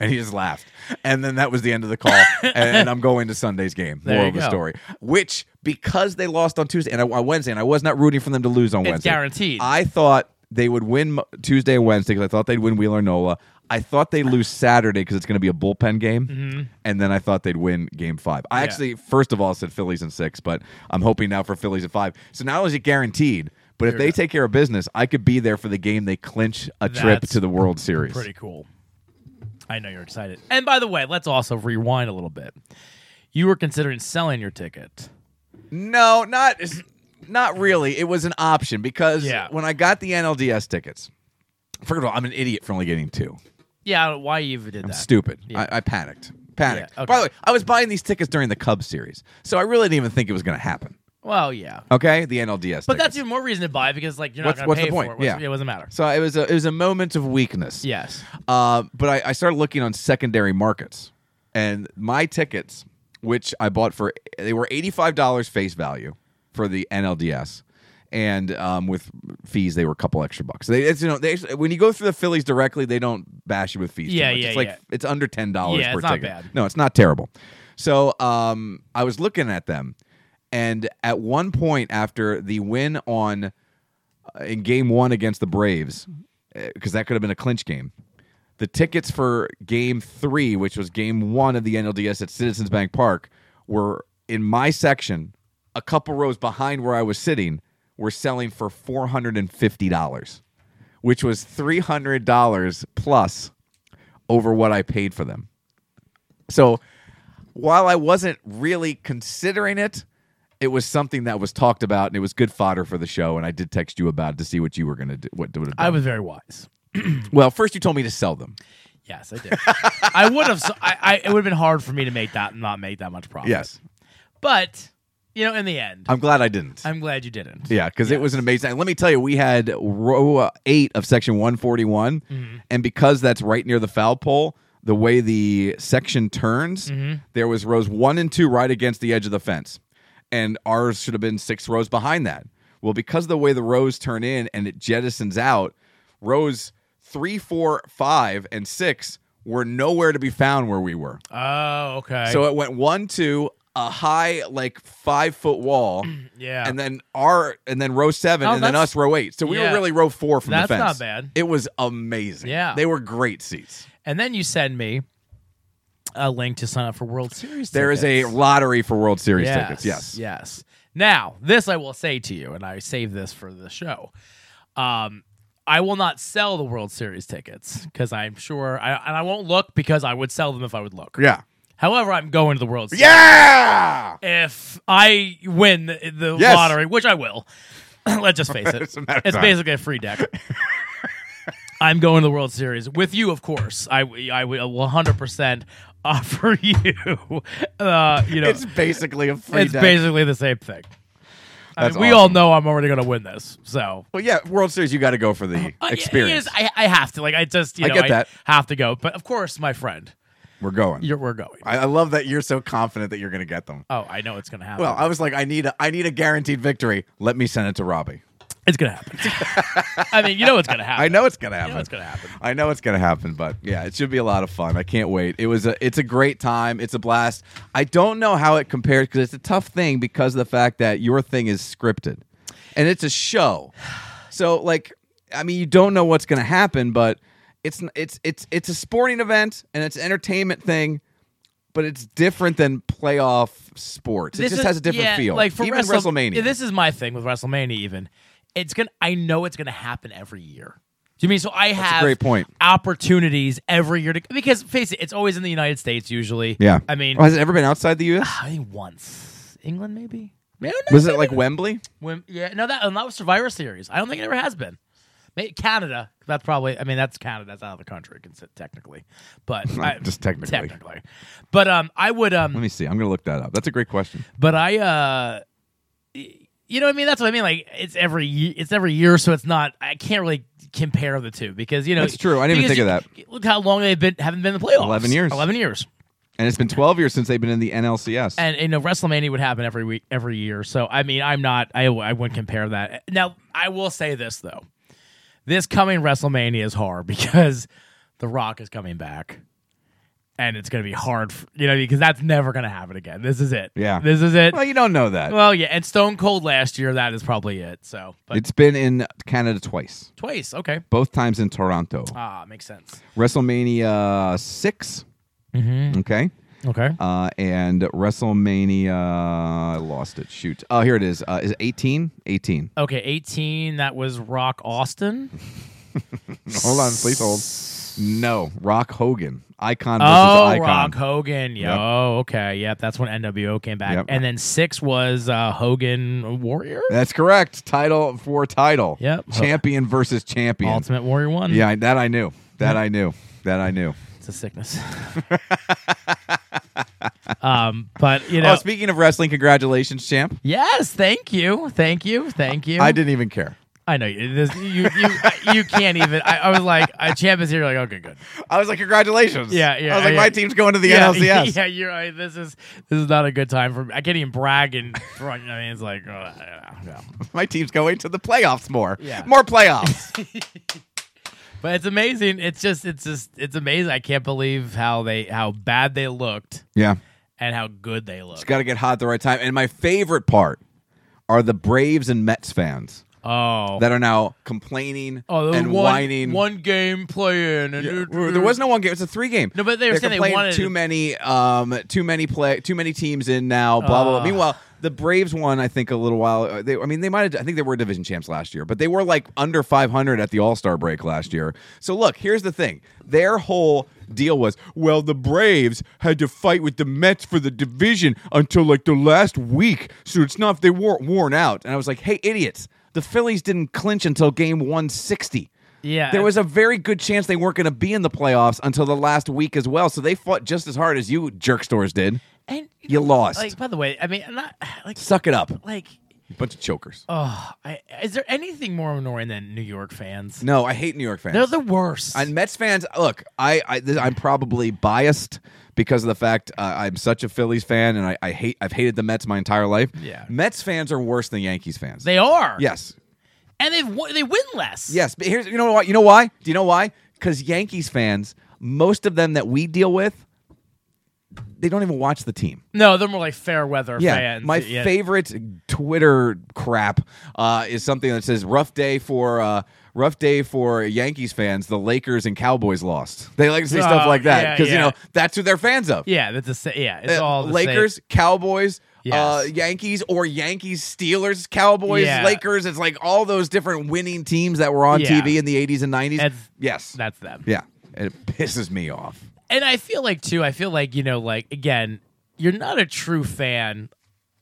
Speaker 1: and he just laughed. And then that was the end of the call. and I'm going to Sunday's game.
Speaker 2: There
Speaker 1: Moral
Speaker 2: you
Speaker 1: of the
Speaker 2: go.
Speaker 1: story. Which, because they lost on Tuesday and I, on Wednesday, and I was not rooting for them to lose on
Speaker 2: It's
Speaker 1: Wednesday.
Speaker 2: guaranteed.
Speaker 1: I thought they would win Mo- Tuesday and Wednesday because I thought they'd win Wheeler Nola. I thought they'd lose Saturday because it's going to be a bullpen game. And then I thought they'd win game five. I
Speaker 2: Mm-hmm. Yeah.
Speaker 1: actually, first of all, said Phillies in six, but I'm hoping now for Phillies in five. So not only is it guaranteed, but if they take care of business, I could be there for the game they clinch a trip
Speaker 2: That's
Speaker 1: to the World Series.
Speaker 2: Pretty cool. I know you're excited. And by the way, let's also rewind a little bit. You were considering selling your ticket.
Speaker 1: No, not not really. It was an option because
Speaker 2: Yeah.
Speaker 1: when I got the NLDS tickets, first of all, I'm an idiot for only getting two.
Speaker 2: Yeah, I don't know why you even did that?
Speaker 1: Stupid.
Speaker 2: Yeah.
Speaker 1: I, I panicked. Panicked.
Speaker 2: Yeah, okay.
Speaker 1: By the way, I was buying these tickets during the Cubs series, so I really didn't even think it was going to happen.
Speaker 2: Well, yeah.
Speaker 1: Okay, the NLDS.
Speaker 2: But that's
Speaker 1: tickets.
Speaker 2: even more reason to buy because like you're
Speaker 1: what's,
Speaker 2: not going
Speaker 1: what's
Speaker 2: to pay
Speaker 1: the point?
Speaker 2: for it. What's-
Speaker 1: yeah.
Speaker 2: it doesn't matter.
Speaker 1: So it was a it was a moment of weakness.
Speaker 2: Yes.
Speaker 1: Uh, but I, I started looking on secondary markets, and my tickets, which I bought for they were eighty five dollars face value for the NLDS, and um, with fees they were a couple extra bucks. They, it's, you know, they, when you go through the Phillies directly, they don't bash you with fees. too
Speaker 2: Yeah,
Speaker 1: much.
Speaker 2: yeah,
Speaker 1: It's like
Speaker 2: yeah.
Speaker 1: it's under ten dollars
Speaker 2: Yeah,
Speaker 1: per
Speaker 2: it's not
Speaker 1: ticket.
Speaker 2: bad.
Speaker 1: No, it's not terrible. So um, I was looking at them, and at one point after the win on uh, in Game One against the Braves, because that could have been a clinch game. The tickets for Game Three, which was Game One of the NLDS at Citizens Bank Park, were in my section, a couple rows behind where I was sitting, were selling for four hundred and fifty dollars, which was three hundred dollars plus over what I paid for them. So while I wasn't really considering it, it was something that was talked about and it was good fodder for the show. And I did text you about it to see what you were going to do. What, what
Speaker 2: I was very wise.
Speaker 1: well, first you told me to sell them.
Speaker 2: Yes, I did. I would have. so- I, I it would have been hard for me to make that and not make that much profit.
Speaker 1: Yes.
Speaker 2: but you know, in the end,
Speaker 1: I'm glad I didn't.
Speaker 2: I'm glad you didn't.
Speaker 1: yeah, because it was an amazing. And let me tell you, we had row uh, eight of section 141. And because that's right near the foul pole, the way the section turns, there was rows one and two right against the edge of the fence. And ours should have been six rows behind that. Well, because of the way the rows turn in and it jettisons out, rows three, four, five, and six were nowhere to be found where we were.
Speaker 2: Oh, okay.
Speaker 1: So it went one, two, a high like five foot wall,
Speaker 2: yeah,
Speaker 1: and then our and then row seven,
Speaker 2: Oh,
Speaker 1: and then
Speaker 2: that's-
Speaker 1: us row eight. So we
Speaker 2: yeah.
Speaker 1: were really row four from
Speaker 2: That's
Speaker 1: the fence.
Speaker 2: not bad.
Speaker 1: It was amazing.
Speaker 2: Yeah.
Speaker 1: they were great seats.
Speaker 2: and then you send me a link to sign up for World Series.
Speaker 1: There is a
Speaker 2: tickets.
Speaker 1: lottery for World Series tickets. Yes.
Speaker 2: Yes. Now, this I will say to you, and I save this for the show. Um, I will not sell the World Series tickets because I'm sure, I, and I won't look because I would sell them if I would look.
Speaker 1: Yeah.
Speaker 2: However, I'm going to the World Series.
Speaker 1: Yeah.
Speaker 2: If I win the, the
Speaker 1: Yes.
Speaker 2: lottery, which I will, let's just face it,
Speaker 1: It's a matter of
Speaker 2: it's
Speaker 1: time.
Speaker 2: basically a free deck. I'm going to the World Series with you, of course. I I will 100 percent offer you, uh, you know,
Speaker 1: It's basically a free.
Speaker 2: it's
Speaker 1: deck.
Speaker 2: basically the same thing. I
Speaker 1: That's
Speaker 2: mean, we all
Speaker 1: awesome.
Speaker 2: know I'm already going to win this, so
Speaker 1: Well, yeah, World Series. You got to go for the
Speaker 2: I- Uh, it is-
Speaker 1: experience.
Speaker 2: I, I have to, like, I just, you
Speaker 1: I
Speaker 2: know,
Speaker 1: get that.
Speaker 2: have to go. But of course, my friend,
Speaker 1: we're going.
Speaker 2: you're, we're going.
Speaker 1: I, I love that you're so confident that you're going to get them.
Speaker 2: oh, I know it's going to happen.
Speaker 1: Well, I was like, I need a, I need a guaranteed victory. Let me send it to Robbie.
Speaker 2: it's going to happen. I mean, you know it's going to happen.
Speaker 1: I know it's gonna happen.
Speaker 2: know it's gonna happen.
Speaker 1: I know it's gonna happen, but yeah, it should be a lot of fun. I can't wait. It was a, it's a great time. It's a blast. I don't know how it compares because it's a tough thing because of the fact that your thing is scripted, and it's a show. So like, I mean, you don't know what's gonna happen, but it's n- it's it's it's a sporting event and it's an entertainment thing. But it's different than playoff sports. It
Speaker 2: This
Speaker 1: just
Speaker 2: is-
Speaker 1: has a different
Speaker 2: yeah,
Speaker 1: feel.
Speaker 2: Like for
Speaker 1: Even
Speaker 2: Wrestle-
Speaker 1: WrestleMania.
Speaker 2: yeah, This is my thing with WrestleMania. Even it's gonna. I know it's gonna happen every year. Do you mean so? I
Speaker 1: a
Speaker 2: have
Speaker 1: great point.
Speaker 2: opportunities every year to because face it, it's always in the United States usually.
Speaker 1: yeah.
Speaker 2: I mean,
Speaker 1: Oh, has it ever been outside the U.S.?
Speaker 2: I think once England maybe. No, no,
Speaker 1: Was
Speaker 2: maybe
Speaker 1: it like
Speaker 2: not.
Speaker 1: Wembley?
Speaker 2: When, yeah, no, that and that was Survivor Series. I don't think it ever has been. Maybe Canada. That's probably. I mean, that's Canada. That's out of the country, can sit technically, but I-
Speaker 1: Just technically.
Speaker 2: technically. But um, I would um,
Speaker 1: Let me see. I'm gonna look that up. That's a great question.
Speaker 2: but I uh y- you know what I mean that's what I mean like it's every ye- it's every year so it's not I can't really compare the two because you know
Speaker 1: That's true. I didn't even
Speaker 2: because
Speaker 1: think of
Speaker 2: you- Look how long they've been haven't been in the playoffs.
Speaker 1: 11 years.
Speaker 2: 11 years.
Speaker 1: And it's been 12 years since they've been in the NLCS.
Speaker 2: And you know WrestleMania would happen every week every year. So I mean I'm not I w- I wouldn't compare that. Now I will say this though. This coming WrestleMania is hard because The Rock is coming back. And it's going to be hard, f you know, because that's never going to happen again. This is it.
Speaker 1: Yeah.
Speaker 2: This is it.
Speaker 1: well, you don't know that.
Speaker 2: Well, yeah, and Stone Cold last year, that is probably it. So, but
Speaker 1: it's been in Canada twice,
Speaker 2: twice, okay.
Speaker 1: both times in Toronto.
Speaker 2: Ah, makes sense.
Speaker 1: WrestleMania 6.
Speaker 2: Mm-hmm.
Speaker 1: Okay.
Speaker 2: Okay.
Speaker 1: Uh, and WrestleMania, I lost it. Shoot. Oh, here it is. Uh, is it 18? 18.
Speaker 2: Okay, 18, that was Rock Austin.
Speaker 1: Hold on. Please hold. No. Rock Hogan. Icon versus
Speaker 2: Oh,
Speaker 1: Icon.
Speaker 2: Rock Hogan. Yeah.
Speaker 1: Yep.
Speaker 2: Oh, okay. Yep, that's when NWO came back.
Speaker 1: Yep.
Speaker 2: And then 6 was uh, Hogan Warrior?
Speaker 1: That's correct. Title for title.
Speaker 2: Yep.
Speaker 1: Champion versus champion.
Speaker 2: Ultimate Warrior 1.
Speaker 1: Yeah, I- that I knew. That I knew. That I knew.
Speaker 2: It's a sickness. um, but, you know.
Speaker 1: Oh, speaking of wrestling, congratulations, champ.
Speaker 2: yes, thank you. Thank you. Thank you.
Speaker 1: I didn't even care.
Speaker 2: I know you. This, you, you, you can't even. I, I was like, a champ is here. You're like, okay, good.
Speaker 1: I was like, congratulations.
Speaker 2: Yeah, yeah.
Speaker 1: I was like,
Speaker 2: yeah.
Speaker 1: my team's going to the
Speaker 2: yeah,
Speaker 1: NLCS.
Speaker 2: Yeah, you're right. This is this is not a good time for me. I can't even brag in front. I mean, it's like, oh, yeah, no.
Speaker 1: My team's going to the playoffs more.
Speaker 2: Yeah.
Speaker 1: More playoffs.
Speaker 2: But it's amazing. It's just, it's just, it's amazing. I can't believe how they, how bad they looked
Speaker 1: yeah.
Speaker 2: and how good they looked.
Speaker 1: It's got to get hot at the right time. And my favorite part are the Braves and Mets fans
Speaker 2: oh,
Speaker 1: that are now complaining
Speaker 2: oh, there was
Speaker 1: and
Speaker 2: one,
Speaker 1: whining.
Speaker 2: one game play in, and
Speaker 1: Yeah, there was no one game. It's a three game.
Speaker 2: Mm. No, but they
Speaker 1: They're
Speaker 2: were saying they
Speaker 1: complaining
Speaker 2: wanted-
Speaker 1: too many, um, too many play, too many teams in now. Blah blah. blah.
Speaker 2: Ah.
Speaker 1: Meanwhile, the Braves won. I think a little while. uh, They, I mean, they might. have I think they were division champs last year, but they were like under 500 at the All Star break last year. So look, here's the thing. Their whole deal was well, the Braves had to fight with the Mets for the division until like the last week, so it's not they weren't worn out. And I was like, hey, idiots. The Phillies didn't clinch until game 160.
Speaker 2: Yeah,
Speaker 1: There was a very good chance they weren't going to be in the playoffs until the last week as well. So they fought just as hard as you jerk stores did.
Speaker 2: and,
Speaker 1: You lost.
Speaker 2: Like, by the way, I mean, I'm not like,
Speaker 1: Suck it up.
Speaker 2: like,
Speaker 1: Bunch of chokers.
Speaker 2: oh, I, is there anything more annoying than New York fans?
Speaker 1: No, I hate New York fans.
Speaker 2: They're the worst.
Speaker 1: And Mets fans, look, I, I th- I'm probably biased because of the fact uh, I'm such a Phillies fan, and I, I hate I've hated the Mets my entire life.
Speaker 2: Yeah.
Speaker 1: Mets fans are worse than Yankees fans.
Speaker 2: they are.
Speaker 1: yes,
Speaker 2: and they they win less.
Speaker 1: Yes, but here's you know what you know why? Do you know why? Because Yankees fans, most of them that we deal with, they don't even watch the team.
Speaker 2: No, they're more like fair weather
Speaker 1: Yeah,
Speaker 2: fans.
Speaker 1: my
Speaker 2: Yeah.
Speaker 1: favorite Twitter crap uh, is something that says "rough day for uh, rough day for Yankees fans." The Lakers and Cowboys lost. They like to say stuff
Speaker 2: Oh,
Speaker 1: like that
Speaker 2: yeah,
Speaker 1: because
Speaker 2: yeah.
Speaker 1: you know that's who they're fans of.
Speaker 2: Yeah, that's the same. Yeah, it's
Speaker 1: Uh,
Speaker 2: all the
Speaker 1: Lakers, Cowboys, uh,
Speaker 2: Yes.
Speaker 1: Yankees, or Yankees, Steelers, Cowboys,
Speaker 2: Yeah.
Speaker 1: Lakers. It's like all those different winning teams that were on
Speaker 2: Yeah.
Speaker 1: TV in the '80s and '90s.
Speaker 2: That's-
Speaker 1: yes,
Speaker 2: Same. That's them.
Speaker 1: yeah, it pisses me off.
Speaker 2: And I feel like too. I feel like you know, like again, you're not a true fan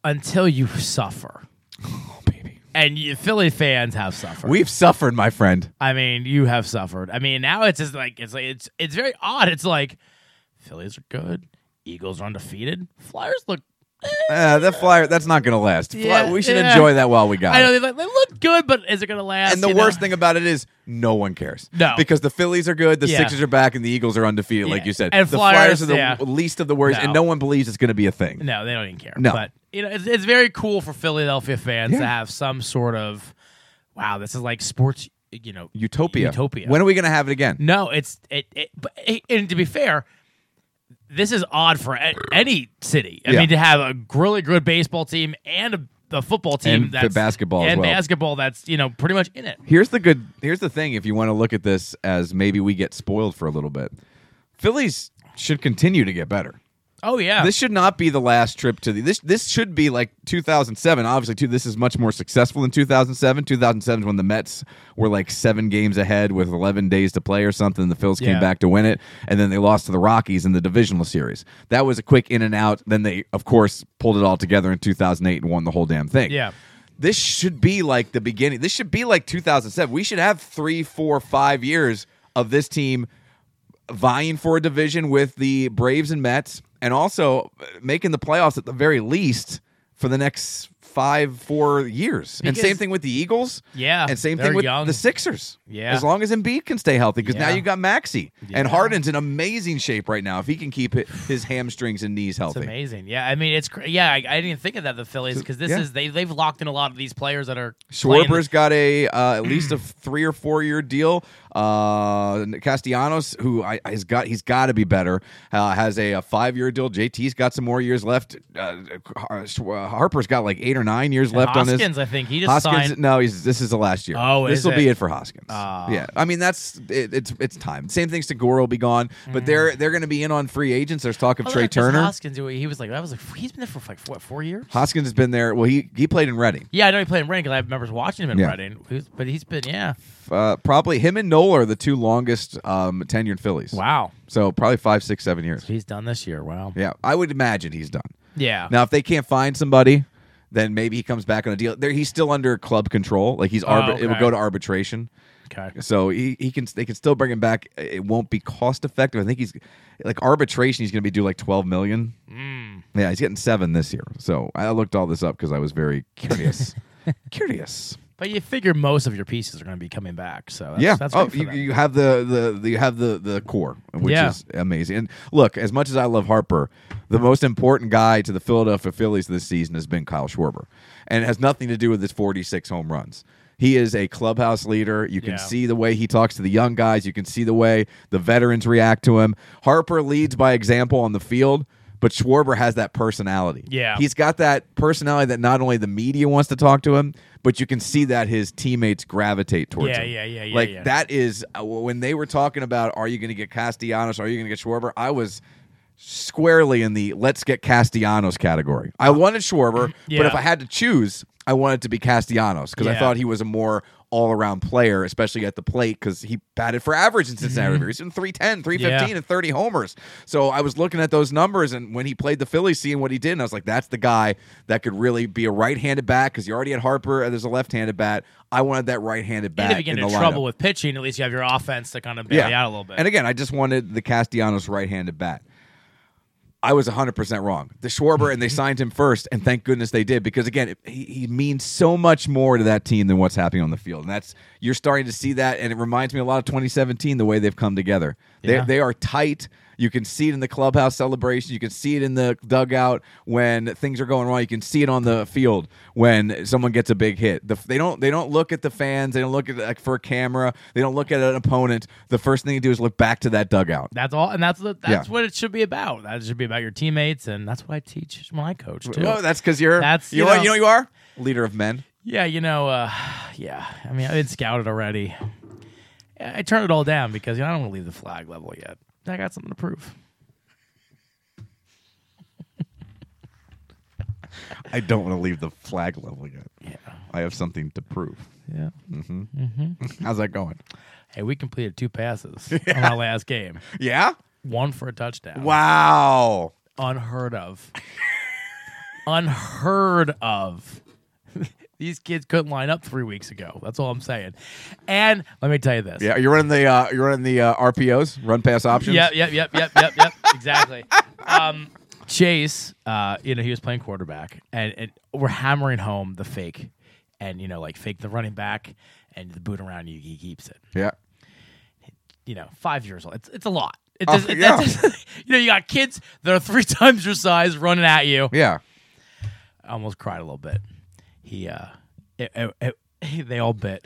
Speaker 2: until you suffer,
Speaker 1: Oh, baby,
Speaker 2: and you, Philly fans have suffered.
Speaker 1: we've suffered, my friend.
Speaker 2: I mean, you have suffered. I mean, now it's just like it's like it's it's very odd. It's like Phillies are good, Eagles are undefeated, Flyers look. eh.
Speaker 1: Uh, that flyer, that's not going to last. Fly-
Speaker 2: Yeah,
Speaker 1: we should
Speaker 2: yeah.
Speaker 1: enjoy that while we got
Speaker 2: I know
Speaker 1: it.
Speaker 2: they, like, they look good, but is it going to last?
Speaker 1: And the
Speaker 2: you know?
Speaker 1: worst thing about it is no one cares.
Speaker 2: No.
Speaker 1: Because the Phillies are good, the
Speaker 2: Yeah.
Speaker 1: Sixers are back, and the Eagles are undefeated, like
Speaker 2: Yeah.
Speaker 1: you said.
Speaker 2: And
Speaker 1: the Flyers
Speaker 2: Flyers,
Speaker 1: are the
Speaker 2: yeah.
Speaker 1: least of the worst, and
Speaker 2: No.
Speaker 1: no one believes it's going to be a thing.
Speaker 2: No, they don't even care.
Speaker 1: No.
Speaker 2: But you know, it's, it's very cool for Philadelphia fans
Speaker 1: Yeah.
Speaker 2: to have some sort of wow, this is like sports, you know,
Speaker 1: Utopia.
Speaker 2: Utopia.
Speaker 1: When are we going to have it again?
Speaker 2: no, it's it, it, but it- and to be fair, this is odd for a, any city. I
Speaker 1: Yeah.
Speaker 2: mean, to have a really good baseball team and a, a football team
Speaker 1: And
Speaker 2: that's
Speaker 1: basketball as
Speaker 2: and
Speaker 1: well.
Speaker 2: basketball that's you know pretty much in it.
Speaker 1: Here's the good. Here's the thing. If you want to look at this as maybe we get spoiled for a little bit, Phillies should continue to get better.
Speaker 2: Oh yeah,
Speaker 1: This should not be the last trip to the. This this should be like 2007. Obviously, too. This is much more successful than 2007. 2007 is when the Mets were like seven games ahead with 11 days to play or something. The Phils came
Speaker 2: Yeah.
Speaker 1: back to win it, and then they lost to the Rockies in the divisional series. That was a quick in and out. Then they, of course, pulled it all together in 2008 and won the whole damn thing.
Speaker 2: Yeah.
Speaker 1: This should be like the beginning. This should be like 2007. We should have three, four, five years of this team vying for a division with the Braves and Mets, and also uh, making the playoffs at the very least for the next five, four years. and
Speaker 2: Because-
Speaker 1: same thing with the Eagles.
Speaker 2: Yeah,
Speaker 1: And same
Speaker 2: they're
Speaker 1: thing with
Speaker 2: young.
Speaker 1: the Sixers.
Speaker 2: Yeah.
Speaker 1: As long as Embiid can stay healthy, because now
Speaker 2: Yeah.
Speaker 1: you got Maxi. And Harden's in amazing shape right now if he can keep it, his hamstrings and knees
Speaker 2: It's
Speaker 1: healthy.
Speaker 2: amazing. Yeah, I mean, it's cra- yeah. I, I didn't even think of that the Phillies because this
Speaker 1: yeah.
Speaker 2: is they they've locked in a lot of these players that are playing-
Speaker 1: Schwarber's got a uh, at least a three or four year deal. Uh, Castellanos, who I, has got, he's got to be better. Uh, has a, a five year deal. JT's got some more years left. Uh, Har- uh, Harper's got like eight or nine years left on
Speaker 2: Hoskins.
Speaker 1: this.
Speaker 2: I think he just
Speaker 1: Hoskins,
Speaker 2: signed.
Speaker 1: no, he's this is the last year.
Speaker 2: Oh,
Speaker 1: this
Speaker 2: is
Speaker 1: will be
Speaker 2: it? Ah.
Speaker 1: it for Hoskins. yeah, I mean that's it, it's it's time. Same thing. Segura will be gone,
Speaker 2: Mm.
Speaker 1: but they're they're going to be in on free agents. There's talk of
Speaker 2: Oh,
Speaker 1: Trey
Speaker 2: look, 'cause
Speaker 1: Turner.
Speaker 2: Hoskins, he was like, I was like, he's been there for like what four years?
Speaker 1: Hoskins has been there. Well, he he played in Reading.
Speaker 2: Yeah, I know he played in Reading 'cause I remember watching him in
Speaker 1: Yeah.
Speaker 2: Reading, He was- but he's been yeah.
Speaker 1: Uh, probably him and Nola are the two longest um, tenured Phillies.
Speaker 2: Wow,
Speaker 1: So probably five, six, seven years.
Speaker 2: he's done this year. Wow.
Speaker 1: Yeah, I would imagine he's done.
Speaker 2: Yeah.
Speaker 1: Now, if they can't find somebody, then maybe he comes back on a deal. There, he's still under club control. Like he's arbi-
Speaker 2: Oh,
Speaker 1: it will
Speaker 2: okay.
Speaker 1: go to arbitration.
Speaker 2: Okay.
Speaker 1: So he, he can they can still bring him back. It won't be cost effective. I think he's like arbitration. He's going to be due like twelve million.
Speaker 2: Mm.
Speaker 1: Yeah, he's getting seven this year. So I looked all this up because I was very curious. curious.
Speaker 2: But you figure most of your pieces are going to be coming back. So that's,
Speaker 1: yeah,
Speaker 2: that's
Speaker 1: oh,
Speaker 2: great for
Speaker 1: you,
Speaker 2: them.
Speaker 1: you have the, the, the you have the the core, which
Speaker 2: Yeah.
Speaker 1: is amazing. And look, as much as I love Harper, the most important guy to the Philadelphia Phillies this season has been Kyle Schwarber, and it has nothing to do with his 46 home runs. He is a clubhouse leader. You can
Speaker 2: Yeah.
Speaker 1: see the way he talks to the young guys. You can see the way the veterans react to him. Harper leads by example on the field, but Schwarber has that personality.
Speaker 2: Yeah.
Speaker 1: He's got that personality that not only the media wants to talk to him, but you can see that his teammates gravitate towards
Speaker 2: Yeah,
Speaker 1: him.
Speaker 2: yeah, yeah, yeah,
Speaker 1: Like
Speaker 2: yeah.
Speaker 1: that is uh, when they were talking about are you going to get Castellanos, are you going to get Schwarber? I was squarely in the let's get Castellanos category. I wanted Schwarber, but
Speaker 2: Uh, Yeah.
Speaker 1: if I had to choose, I wanted to be Castellanos because I
Speaker 2: Yeah.
Speaker 1: thought he was a more all-around player, especially at the plate because he batted for average in Cincinnati. He's in 310, 315,
Speaker 2: Mm-hmm. Yeah.
Speaker 1: and 30 homers. So I was looking at those numbers, and when he played the Phillies, seeing what he did, and I was like, that's the guy that could really be a right-handed bat because you already had Harper, and there's a left-handed bat. I wanted that right-handed bat
Speaker 2: and if you get
Speaker 1: in
Speaker 2: into
Speaker 1: the
Speaker 2: trouble
Speaker 1: lineup.
Speaker 2: with pitching, at least you have your offense to kind of bail you out a little bit.
Speaker 1: And again, I just wanted the Castellanos right-handed bat. I was 100% wrong. The Schwarber, and they signed him first, and thank goodness they did because, again, it, he, he means so much more to that team than what's happening on the field. And that's you're starting to see that, and it reminds me a lot of 2017, the way they've come together. They,
Speaker 2: Yeah.
Speaker 1: they are tight. You can see it in the clubhouse celebration. You can see it in the dugout when things are going wrong. You can see it on the field when someone gets a big hit. The, they don't. They don't look at the fans. They don't look at like, for a camera. They don't look at an opponent. The first thing they do is look back to that dugout.
Speaker 2: That's all, and that's the, that's
Speaker 1: Yeah.
Speaker 2: what it should be about. That should be about your teammates, and that's what I teach when I coach too.
Speaker 1: Oh, that's because you're.
Speaker 2: That's-
Speaker 1: you,
Speaker 2: you
Speaker 1: know,
Speaker 2: know-
Speaker 1: you know who you are leader of men.
Speaker 2: yeah, you know, uh, yeah. I mean, I've been scouted already. I turned it all down because you know I don't want to leave the flag level yet. I got something to prove.
Speaker 1: I don't want to leave the flag level yet. Yeah. I have something to prove.
Speaker 2: Yeah.
Speaker 1: How's that going?
Speaker 2: Hey, we completed two passes on our last game.
Speaker 1: Yeah.
Speaker 2: One for a touchdown.
Speaker 1: Wow.
Speaker 2: Unheard of. Unheard of. These kids couldn't line up three weeks ago. That's all I'm saying. And let me tell you this.
Speaker 1: Yeah, you're running the uh, you're running the uh, RPOs, run pass options.
Speaker 2: Yep, yep, yep, yep, yep, yep. Exactly. Um, Chase, uh, you know, he was playing quarterback, and, and we're hammering home the fake, and you know, like fake the running back and the boot around you. He keeps it.
Speaker 1: Yeah.
Speaker 2: You know, five years old. It's it's a lot. It
Speaker 1: Oh,
Speaker 2: just, it- that's just- you know, you got kids that are three times your size running at you.
Speaker 1: Yeah.
Speaker 2: I almost cried a little bit. He, uh, it, it, it- they all bit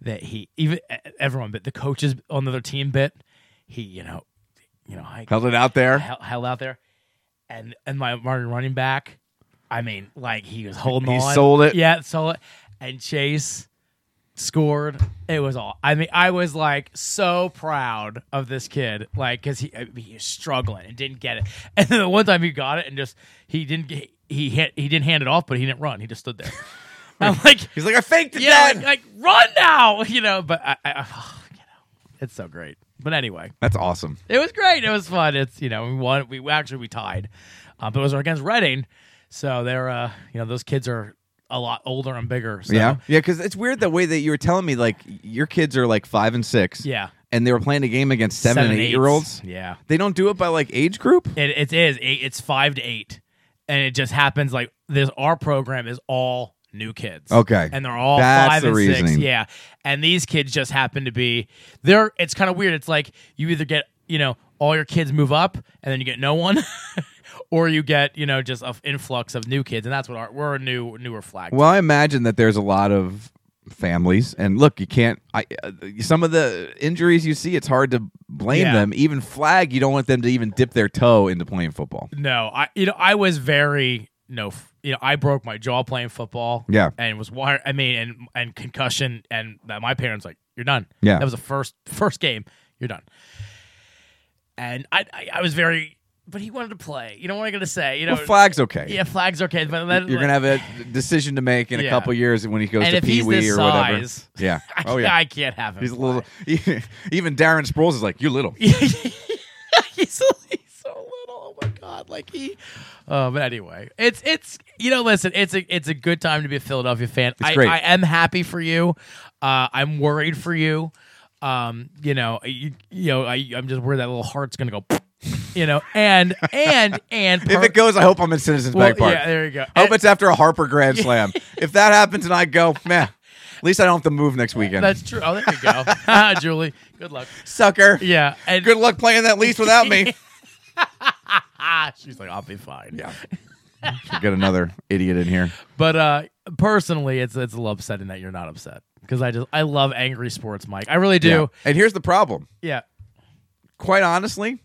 Speaker 2: that he even e, everyone bit the coaches on the other team bit. He, you know, you know, I,
Speaker 1: Held it out there.
Speaker 2: hel- held out there, and and my my running back. I mean, like he was holding
Speaker 1: He
Speaker 2: on.
Speaker 1: sold it.
Speaker 2: Yeah, sold it. And Chase scored. It was all. I mean, I was like so proud of this kid, like because he I mean, he was struggling and didn't get it. And then the one time he got it and just he didn't get he hit he didn't hand it off, but he didn't run. He just stood there. I'm like,
Speaker 1: He's like, I faked it,
Speaker 2: yeah,
Speaker 1: Dad.
Speaker 2: like, like, run now, you know. But I, I you know, it's so great. But anyway,
Speaker 1: That's awesome.
Speaker 2: it was great. It was fun. It's you know we won. We actually we tied, um, but it was against Reading, so they're uh, you know those kids are a lot older and bigger. So,
Speaker 1: Yeah. Yeah, because it's weird the way that you were telling me, like your kids are like five and six.
Speaker 2: Yeah.
Speaker 1: And they were playing a game against seven, and eight, year olds.
Speaker 2: Yeah,
Speaker 1: They don't do it by like age group.
Speaker 2: it, it is. Eight, it's five to eight, and it just happens like this. Our program is all new kids.
Speaker 1: Okay.
Speaker 2: and they're all
Speaker 1: That's
Speaker 2: five
Speaker 1: the
Speaker 2: and six.
Speaker 1: reasoning.
Speaker 2: Yeah, and these kids just happen to be they're. It's kind of weird. It's like you either get you know all your kids move up, and then you get no one. Or you get, you know, just an influx of new kids, and that's what our, we're a new, newer flag.
Speaker 1: Well, I imagine that there's a lot of families, and look, you can't. I uh, some of the injuries you see, it's hard to blame
Speaker 2: Yeah.
Speaker 1: them. Even flag, you don't want them to even dip their toe into playing football.
Speaker 2: No, I you know I was very no f- you know I broke my jaw playing football.
Speaker 1: Yeah.
Speaker 2: and was wire. I mean, and and concussion, and that my parents like you're done.
Speaker 1: Yeah.
Speaker 2: that was the first first game. You're done. And I I, I was very, but he wanted to play. You know what I'm gonna say? You know,
Speaker 1: Well, flag's okay.
Speaker 2: Yeah, flags okay, but then,
Speaker 1: You're gonna have a decision to make in a
Speaker 2: Yeah.
Speaker 1: couple years when he goes
Speaker 2: And
Speaker 1: to
Speaker 2: if
Speaker 1: Pee
Speaker 2: he's
Speaker 1: Wee
Speaker 2: this
Speaker 1: or whatever.
Speaker 2: size-
Speaker 1: Yeah. Oh yeah.
Speaker 2: I can't have him.
Speaker 1: He's a
Speaker 2: fly.
Speaker 1: little. Even Darren Sproles is like, "You're little."
Speaker 2: he's, so, he's so little. Oh my god! Like he. Uh, but anyway, it's it's you know listen, it's a it's a good time to be a Philadelphia fan. I,
Speaker 1: great.
Speaker 2: I am happy for you. Uh, I'm worried for you. Um, you know, you, you know, I, I'm just worried that little heart's gonna go. You know, and and and
Speaker 1: If it goes, Oh, I hope I'm in Citizens
Speaker 2: Well,
Speaker 1: Bank Park.
Speaker 2: yeah, there you go.
Speaker 1: I hope
Speaker 2: And-
Speaker 1: it's after a Harper grand slam. if that happens and I go, man, At least I don't have to move next weekend.
Speaker 2: That's true. Oh, there you go. Julie, good luck.
Speaker 1: Sucker.
Speaker 2: Yeah. And
Speaker 1: Good luck playing that lease without me.
Speaker 2: ah, she's like, I'll be fine.
Speaker 1: yeah. Get another idiot in here.
Speaker 2: But uh personally, it's it's a little upsetting that you're not upset because I just I love angry sports, Mike. I really do.
Speaker 1: And here's the problem.
Speaker 2: Yeah.
Speaker 1: Quite honestly,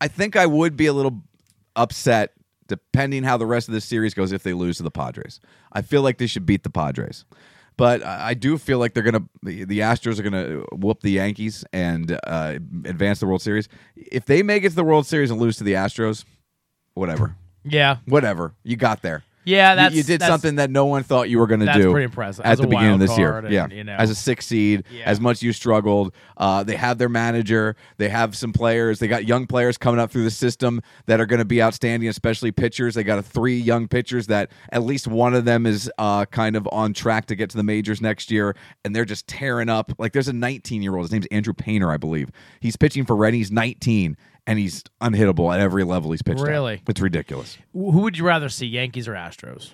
Speaker 1: I think I would be a little upset depending how the rest of this series goes if they lose to the Padres. I feel like they should beat the Padres. But I I do feel like they're going to, the Astros are going to whoop the Yankees and uh, advance the World Series. If they make it to the World Series and lose to the Astros, whatever.
Speaker 2: Yeah.
Speaker 1: Whatever. You got there.
Speaker 2: Yeah,
Speaker 1: You-
Speaker 2: that's
Speaker 1: you, did
Speaker 2: that's-
Speaker 1: something that no one thought you were going to
Speaker 2: That's
Speaker 1: do.
Speaker 2: pretty impressive.
Speaker 1: at
Speaker 2: As
Speaker 1: the
Speaker 2: a
Speaker 1: beginning of
Speaker 2: wild
Speaker 1: this year.
Speaker 2: card and,
Speaker 1: yeah,
Speaker 2: you know.
Speaker 1: as a six seed,
Speaker 2: Yeah.
Speaker 1: as much you struggled. Uh, they have their manager. They have some players. They got young players coming up through the system that are going to be outstanding, especially pitchers. They got a three young pitchers that at least one of them is uh, kind of on track to get to the majors next year, and they're just tearing up. Like there's a 19 year old. His name's Andrew Painter, I believe. He's pitching for Red. He's 19. And he's unhittable at every level he's pitched. at.
Speaker 2: Really?
Speaker 1: it's ridiculous.
Speaker 2: Who who would you rather see, Yankees or Astros?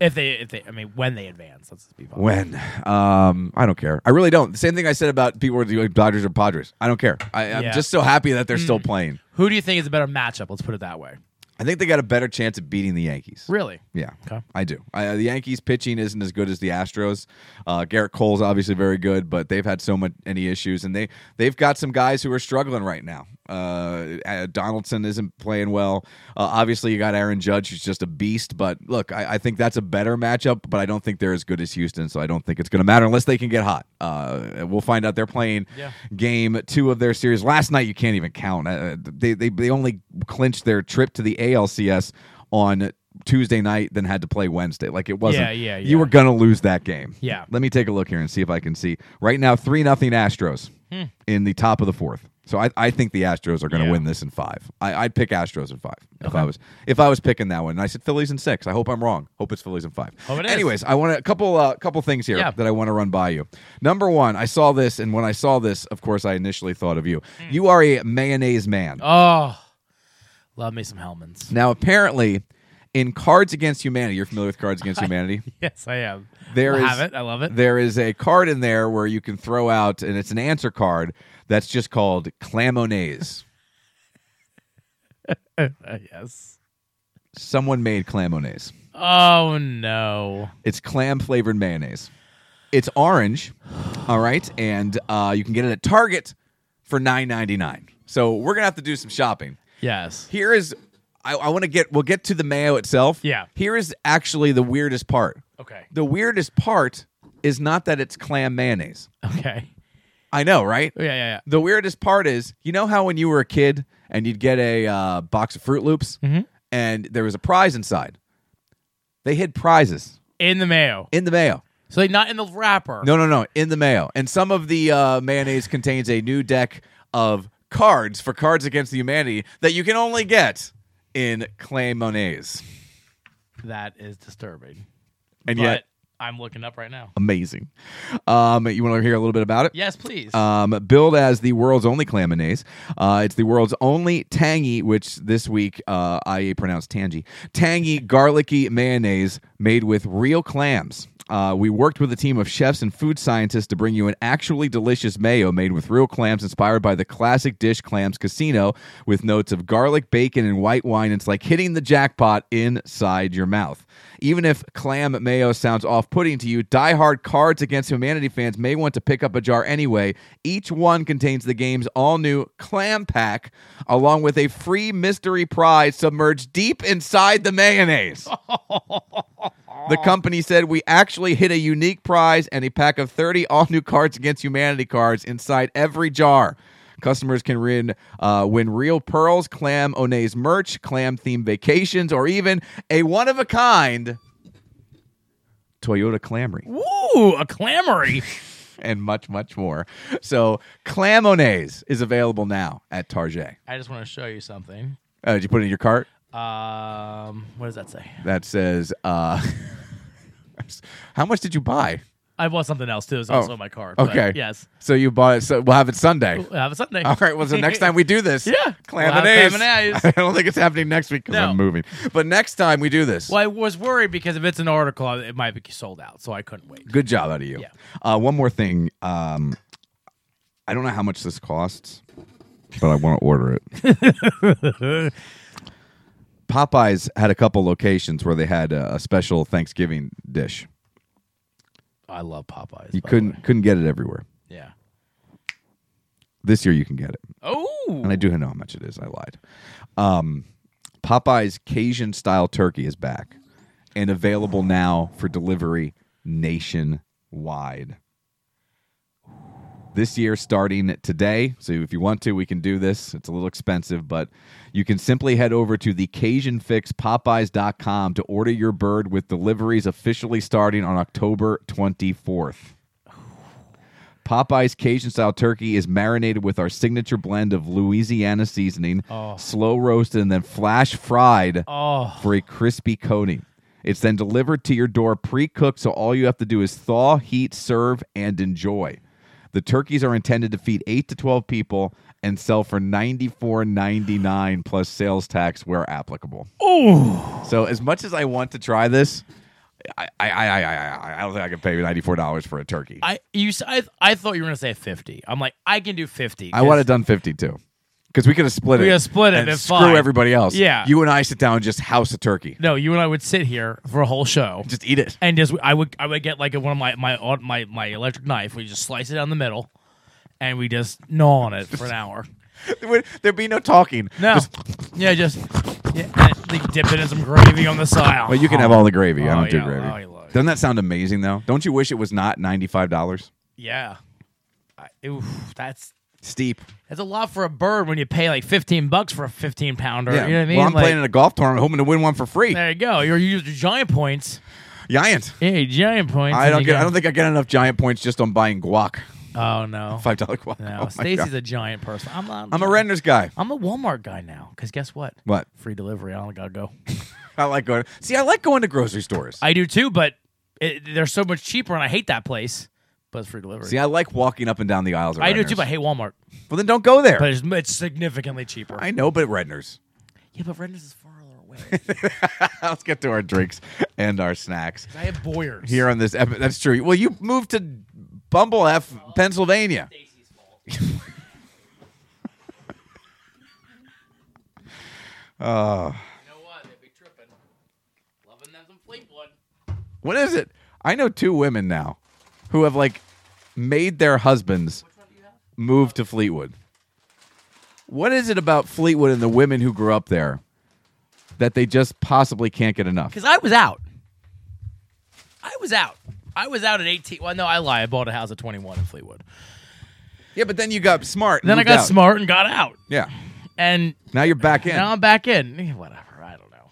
Speaker 2: If they, if they, I mean, when they advance, let's just be fun.
Speaker 1: When? Um, I don't care. I really don't. The same thing I said about people who are like Dodgers or Padres. I don't care. I, I'm
Speaker 2: Yeah.
Speaker 1: just so happy that they're still playing.
Speaker 2: Who do you think is a better matchup? Let's put it that way.
Speaker 1: I think they got a better chance of beating the Yankees.
Speaker 2: Really?
Speaker 1: Yeah,
Speaker 2: Okay.
Speaker 1: I do. I, uh, the Yankees pitching isn't as good as the Astros. Uh, Garrett Cole's obviously very good, but they've had so much any issues, and they they've got some guys who are struggling right now. Uh, uh, Donaldson isn't playing well. Uh, obviously, you got Aaron Judge, who's just a beast. But look, I, I think that's a better matchup, but I don't think they're as good as Houston, so I don't think it's going to matter unless they can get hot. Uh, we'll find out. They're playing
Speaker 2: Yeah.
Speaker 1: game two of their series last night. You can't even count. Uh, they, they they only clinched their trip to the ALCS on Tuesday night, then had to play Wednesday. Like it wasn't.
Speaker 2: Yeah, yeah, yeah.
Speaker 1: You were gonna lose that game.
Speaker 2: Yeah.
Speaker 1: Let me take a look here and see if I can see. Right now, three nothing Astros in the top of the fourth. So I, I think the Astros are going to
Speaker 2: Hmm. Yeah.
Speaker 1: win this in five. I, I'd pick Astros in five if I was if I was picking that one. And I said Phillies in six. I hope I'm wrong. Hope it's Phillies in five.
Speaker 2: Hope it is.
Speaker 1: Anyways, I want a couple uh, couple things here
Speaker 2: Yeah.
Speaker 1: that I want to run by you. Number one, I saw this, and when I saw this, of course, I initially thought of you. You are a mayonnaise man.
Speaker 2: Oh, love me some Hellmans.
Speaker 1: Now, apparently, in Cards Against Humanity, you're familiar with Cards Against Humanity.
Speaker 2: Yes, I am.
Speaker 1: There
Speaker 2: I
Speaker 1: is-
Speaker 2: have it. I love it.
Speaker 1: There is a card in there where you can throw out, and it's an answer card that's just called clamonaise.
Speaker 2: Uh, yes.
Speaker 1: Someone made clamonaise.
Speaker 2: Oh no.
Speaker 1: It's clam flavored mayonnaise. It's orange, all right, and uh, you can get it at Target for nine ninety nine. So we're gonna have to do some shopping.
Speaker 2: Yes.
Speaker 1: Here is, I, I want to get. We'll get to the mayo itself.
Speaker 2: Yeah.
Speaker 1: Here is actually the weirdest part.
Speaker 2: Okay.
Speaker 1: The weirdest part is not that it's clam mayonnaise.
Speaker 2: Okay.
Speaker 1: I know, right?
Speaker 2: Yeah, yeah, yeah.
Speaker 1: The weirdest part is, you know how when you were a kid and you'd get a uh, box of Fruit Loops and there was a prize inside? They hid prizes
Speaker 2: In the mayo.
Speaker 1: in the mayo.
Speaker 2: So like not in the wrapper.
Speaker 1: No, no, no, in the mayo. And some of the uh, mayonnaise contains a new deck of cards for Cards Against the Humanity that you can only get in Clay Monet's.
Speaker 2: That is disturbing.
Speaker 1: And
Speaker 2: But
Speaker 1: yet,
Speaker 2: I'm looking up right now.
Speaker 1: amazing. Um, you want to hear a little bit about it?
Speaker 2: Yes, please.
Speaker 1: um, billed as the world's only claminase. Uh, it's the world's only tangy, which this week uh, I pronounced tangy, tangy garlicky mayonnaise made with real clams. Uh, we worked with a team of chefs and food scientists to bring you an actually delicious mayo made with real clams inspired by the classic dish Clams Casino with notes of garlic, bacon, and white wine. It's like hitting the jackpot inside your mouth. Even if clam mayo sounds off putting to you, die-hard Cards Against Humanity fans may want to pick up a jar anyway. Each one contains the game's all new clam pack, along with a free mystery prize submerged deep inside the mayonnaise. The company said we actually hit a unique prize and a pack of 30 all new Cards Against Humanity cards inside every jar. Customers can win, uh, win real pearls, clam Onay's merch, clam themed vacations, or even a one of a kind Toyota Camry,
Speaker 2: Ooh, a clamory.
Speaker 1: and much, much more. So, clam Onay's is available now at Target.
Speaker 2: I just want to show you something.
Speaker 1: Uh, did you put it in your cart?
Speaker 2: Um, what does that say?
Speaker 1: That says, uh, how much did you buy?
Speaker 2: I bought something else too. It's
Speaker 1: Oh,
Speaker 2: also in my car. but
Speaker 1: okay.
Speaker 2: Yes.
Speaker 1: So you bought it. So we'll have it Sunday.
Speaker 2: We'll have a Sunday.
Speaker 1: All right. Well, so next time we do this,
Speaker 2: Yeah.
Speaker 1: clam and
Speaker 2: We'll have
Speaker 1: A's.
Speaker 2: clam and A's.
Speaker 1: I don't think it's happening next week because
Speaker 2: No.
Speaker 1: I'm moving. But next time we do this,
Speaker 2: Well, I was worried because if it's an article, it might be sold out, so I couldn't wait.
Speaker 1: good job out of you.
Speaker 2: Yeah.
Speaker 1: Uh, one more thing. Um, I don't know how much this costs, but I want to order it. Popeyes had a couple locations where they had a, a special Thanksgiving dish.
Speaker 2: I love Popeyes.
Speaker 1: You
Speaker 2: by the
Speaker 1: couldn't
Speaker 2: way.
Speaker 1: couldn't get it everywhere.
Speaker 2: Yeah.
Speaker 1: This year you can get it.
Speaker 2: Oh.
Speaker 1: and I do know how much it is. I lied. Um, Popeye's Cajun style turkey is back and available now for delivery nationwide. This year, starting today. So, if you want to, we can do this. It's a little expensive, but you can simply head over to the CajunFixPopeyes.com to order your bird with deliveries officially starting on October 24th. Popeye's Cajun style turkey is marinated with our signature blend of Louisiana seasoning, slow roasted, and then flash fried
Speaker 2: Oh.
Speaker 1: for a crispy coating. It's then delivered to your door pre cooked, so all you have to do is thaw, heat, serve, and enjoy. The turkeys are intended to feed 8 to 12 people and sell for $94.99 plus sales tax where applicable. Oh. So, as much as I want to try this, I, I, I, I, I, I don't think I can pay $94 for a turkey.
Speaker 2: I you s- I, I thought you were gonna say fifty. I'm like I can do fifty.
Speaker 1: I want it done 52. Because we could have split
Speaker 2: We
Speaker 1: it.
Speaker 2: could've split it,
Speaker 1: And
Speaker 2: it's
Speaker 1: screw
Speaker 2: fine.
Speaker 1: everybody else.
Speaker 2: Yeah.
Speaker 1: You and I sit down and just house a turkey.
Speaker 2: No, you and I would sit here for a whole show
Speaker 1: Just eat it.
Speaker 2: and just I would I would get like one of my my au- my my electric knife. We just slice it down the middle, and we just gnaw on it for an hour.
Speaker 1: There'd be no talking.
Speaker 2: No,
Speaker 1: Just-
Speaker 2: yeah, just yeah, and, like, dip it in some gravy on the side.
Speaker 1: well, you can have all the gravy. I
Speaker 2: Oh,
Speaker 1: don't do
Speaker 2: yeah.
Speaker 1: gravy.
Speaker 2: Oh, you love it.
Speaker 1: Doesn't that sound amazing, though? Don't you wish it was not $95?
Speaker 2: Yeah, I, oof, that's
Speaker 1: Steep.
Speaker 2: that's a lot for a bird when you pay like fifteen bucks for a fifteen pounder.
Speaker 1: Yeah.
Speaker 2: You know what I mean?
Speaker 1: Well, I'm
Speaker 2: Like,
Speaker 1: playing in a golf tournament hoping to win one for free.
Speaker 2: there you go. You're you use the giant points.
Speaker 1: Giant.
Speaker 2: Yeah, giant points.
Speaker 1: I
Speaker 2: and
Speaker 1: don't
Speaker 2: you
Speaker 1: get.
Speaker 2: go-
Speaker 1: I don't think I get enough giant points just on buying guac.
Speaker 2: Oh no.
Speaker 1: Five dollar guac.
Speaker 2: No,
Speaker 1: Oh, my
Speaker 2: Stacy's
Speaker 1: God.
Speaker 2: a giant person. I'm not.
Speaker 1: I'm a Renders guy.
Speaker 2: I'm a Walmart guy now. Cause guess what?
Speaker 1: What?
Speaker 2: Free delivery. I don't gotta go.
Speaker 1: I like going. See, I like going to grocery stores.
Speaker 2: I do too, but it, they're so much cheaper, and I hate that place. But it's free delivery.
Speaker 1: See, I like walking up and down the aisles. at
Speaker 2: I do
Speaker 1: Redner's.
Speaker 2: too, but I hate Walmart.
Speaker 1: well, then don't go there.
Speaker 2: But it's, it's significantly cheaper.
Speaker 1: I know, but Redner's.
Speaker 2: yeah, but Renner's is farther away.
Speaker 1: Let's get to our drinks and our snacks
Speaker 2: I have Boyers.
Speaker 1: here on this episode. That's true. Well, you moved to Bumble F, Pennsylvania.
Speaker 2: You know what? They'd be tripping. Loving them some Fleetwood.
Speaker 1: What is it? I know two women now who have like made their husbands move to Fleetwood. What is it about Fleetwood and the women who grew up there that they just possibly can't get enough?
Speaker 2: Because I was out. I was out. I was out at 18. Well, no, I lie. I bought a house at 21 in Fleetwood.
Speaker 1: Yeah, but then you got smart. and
Speaker 2: Then I
Speaker 1: moved
Speaker 2: got
Speaker 1: out.
Speaker 2: smart and got out.
Speaker 1: Yeah.
Speaker 2: And
Speaker 1: Now you're back in.
Speaker 2: Now I'm back in. Eh, Whatever. I don't know.